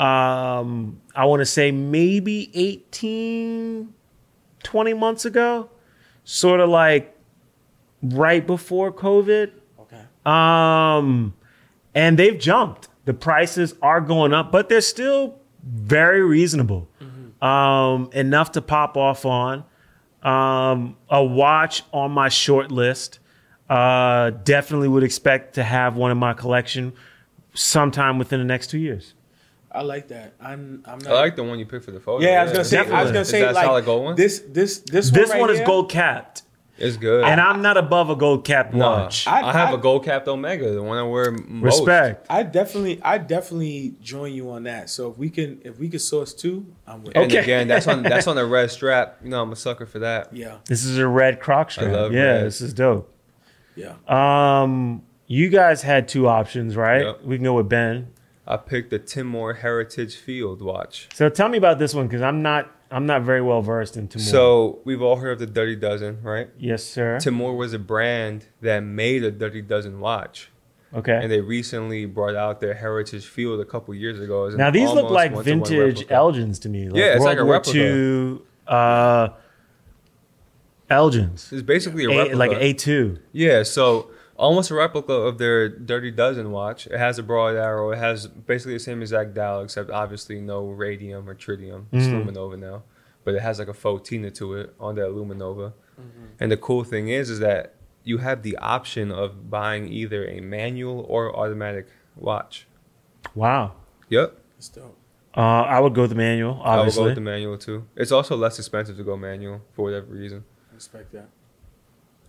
Um, I want to say maybe 18, 20 months ago, sort of like right before COVID. okay, Uh, Um, and they've jumped. The prices are going up, but they're still very reasonable. Mm-hmm. Um, enough to pop off on. Um, a watch on my short list. Uh, definitely would expect to have one in my collection sometime within the next two years. I like that. I'm I'm not. I like the one you picked for the photo. yeah, I was gonna say. I was Definitely. gonna Is say that like solid gold one? This this this one This right one is here, gold capped, It's good. and I'm not above a gold capped Nah. watch. I, I- have I- a gold capped Omega, the one I wear most. Respect. I definitely I definitely join you on that. So if we can if we can source two, I'm with. And Okay. again, that's on that's on the red strap. You know, I'm a sucker for that. It. Yeah, This is a red croc strap. love yeah, red. this is dope. yeah. Um, you guys had two options, right? Yep. We can go with Ben. I picked the Timor Heritage Field watch. So tell me about this one because I'm not I'm not very well versed in Timor. So we've all heard of the Dirty Dozen, right? yes, sir. Timor was a brand that made a Dirty Dozen watch, and okay. they recently brought out their Heritage Field a couple years ago. It's an Now these look almost like one-to-one vintage replica. Elgins to me. Like Yeah, it's World like a War replica. II, uh, Elgins, It's basically a a, replica. like A two. Yeah, so almost a replica of their Dirty Dozen watch. It has a broad arrow. It has basically the same exact dial, except obviously no radium or tritium. It's Luminova now, but it has like a fotina to it on that Luminova. And the cool thing is, is that you have the option of buying either a manual or automatic watch. Wow. Yep, It's dope. Uh, I would go with the manual, I will obviously. go with the manual too. It's also less expensive to go manual for whatever reason, I respect that.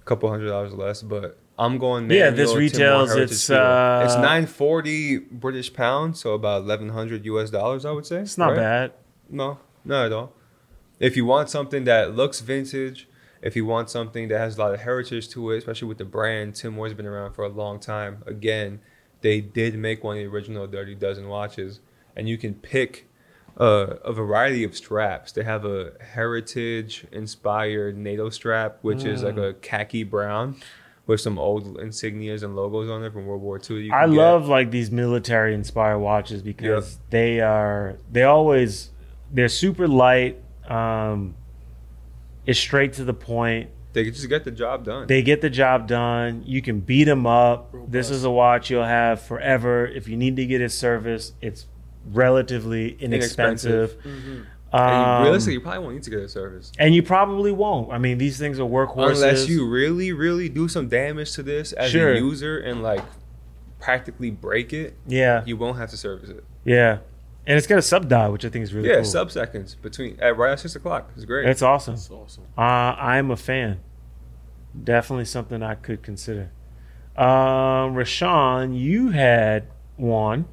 a couple hundred dollars less. But I'm going manual. Yeah, this Timor retails, Heritage it's, Field. uh, it's 940 British pounds, so about 1100 US dollars, I would say. it's not right? bad. No, not at all. If you want something that looks vintage, if you want something that has a lot of heritage to it, especially with the brand, Timor's been around for a long time. Again, they did make one of the original Dirty Dozen watches, and you can pick uh, a variety of straps. They have a heritage inspired NATO strap, which is like Mm. a khaki brown with some old insignias and logos on it from World War II. that you I can get. love like these military inspired watches because Yeah. they are they always they're super light. Um, it's straight to the point. They could just get the job done. They get the job done. You can beat them up. This Robust. is a watch you'll have forever. If you need to get it serviced, it's relatively inexpensive. Inexpensive. and Um, you, realistically, you probably won't need to get a service. and you probably won't. I mean, these things are workhorses. unless you really really do some damage to this as Sure. a user and like practically break it yeah, you won't have to service it yeah, and it's got a sub dial, which I think is really yeah cool. sub seconds between at right at six o'clock it's great That's awesome. That's awesome. Uh, I'm a fan. Definitely something I could consider. Um, Rashawn, you had one,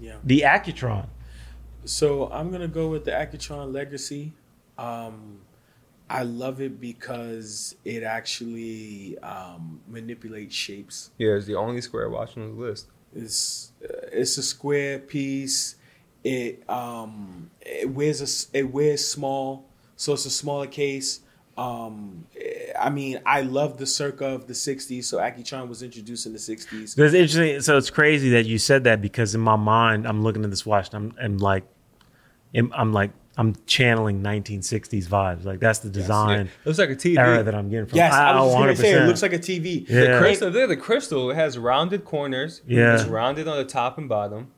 Yeah. the Accutron. So I'm gonna go with the Accutron Legacy. Um, I love it because it actually um, manipulates shapes. yeah it's the only square watch on the list It's uh, it's a square piece. It um, it wears a s- it wears small, so it's a smaller case. Um, eh, I mean, I love the circa of the '60s. So Accutron was introduced in the '60s. That's interesting. So it's crazy that you said that because in my mind, I'm looking at this watch and I'm, I'm like, I'm, I'm like, I'm channeling 1960s vibes. Like that's the design Looks like a TV. era that I'm getting from. Yes, I, was just gonna 100%. say it looks like a TV. Yeah. The crystal, there, the crystal it has rounded corners. Yeah. It's rounded on the top and bottom,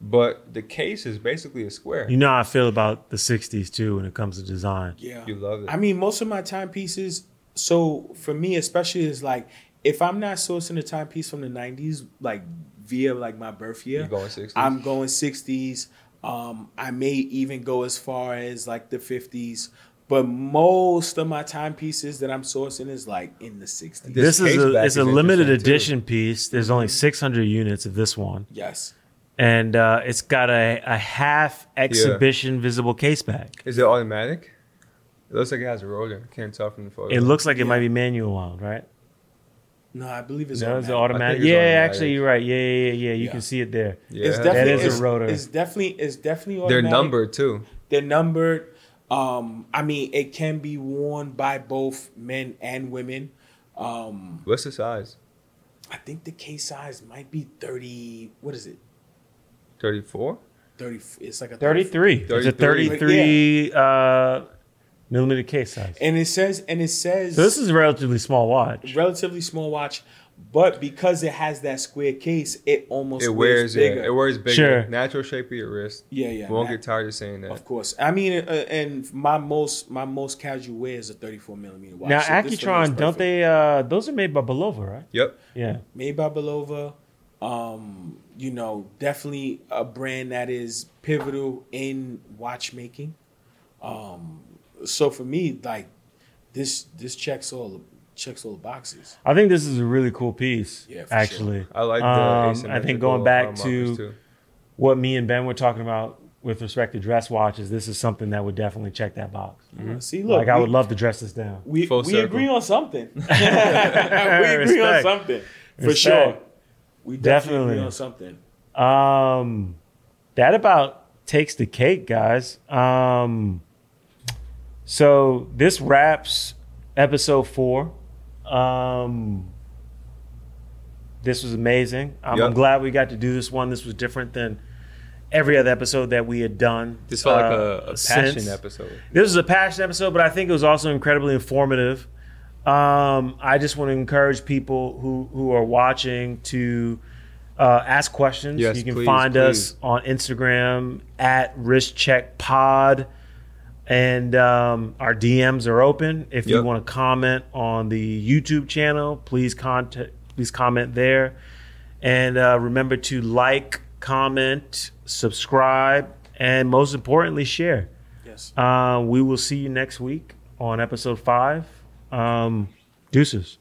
but the case is basically a square. You know how I feel about the '60s too when it comes to design. Yeah. You love it. I mean, most of my timepieces, so for me especially is like if I'm not sourcing a timepiece from the nineties, like via like my birth year, You're going 60s? I'm going sixties. Um, I may even go as far as like the fifties. But most of my timepieces that I'm sourcing is like in the sixties. This This, is case a back it's is a limited interesting, too. edition piece. There's only Mm-hmm. 600 units of this one, Yes. and uh, it's got a, a half exhibition visible case back. is it automatic? It looks like it has a rotor. Can't tell from the photo. It looks like it Yeah. might be manual wound, right? No, I believe it's No, it's automatic. automatic. it's Yeah, automatic. actually, you're right. Yeah, yeah, yeah. yeah. You Yeah. can see it there. It's Yeah, it has- That definitely is a it's, rotor. It's definitely it's definitely They're automatic. numbered too. They're numbered. Um, I mean, it can be worn by both men and women. Um, What's the size? I think the case size might be thirty. What is it? 34? Thirty. It's like a 33. It's a 33. 33 uh, millimeter case size. And it says, and it says, So this is a relatively small watch. relatively small watch, but because it has that square case, it almost It wears bigger. yeah, it wears bigger. Sure. Natural shape of your wrist. Yeah, yeah, Won't that- get tired of saying that. Of course, I mean, uh, and my most my most casual wear is a 34 millimeter watch. Now, so this for me is Accutron, don't perfect. they? Uh, those are made by Belova, right? Yep. Yeah. made by Belova. Um, you know, definitely a brand that is pivotal in watchmaking. Um, so for me, like this, this checks all checks all the boxes. I think this is a really cool piece. Yeah, for sure. actually, I like the Um, I asymmetrical, think going back um, markers, to too. what me and Ben were talking about with respect to dress watches, this is something that would definitely check that box. See, look, Mm-hmm. like I we- would love to dress this down. We, Full we circle. agree *laughs* on something. *laughs* we agree on Respect. something for Respect. sure. We Definitely. definitely, agree on something. Um, that about takes the cake, guys. Um, so this wraps episode four. Um, this was amazing. I'm, I'm Yep. glad we got to do this one. This was different than every other episode that we had done. This felt like uh, a, a passion since. episode. This was a passion episode, but I think it was also incredibly informative. Um, I just want to encourage people who who are watching to uh, ask questions. Yes, you can please, find us please. on Instagram at Risk Check Pod, and um, our DMs are open. If you Yep. want to comment on the YouTube channel, please contact please comment there, and uh, remember to like, comment, subscribe, and most importantly, share. Yes. Uh, we will see you next week on episode five. Um, deuces.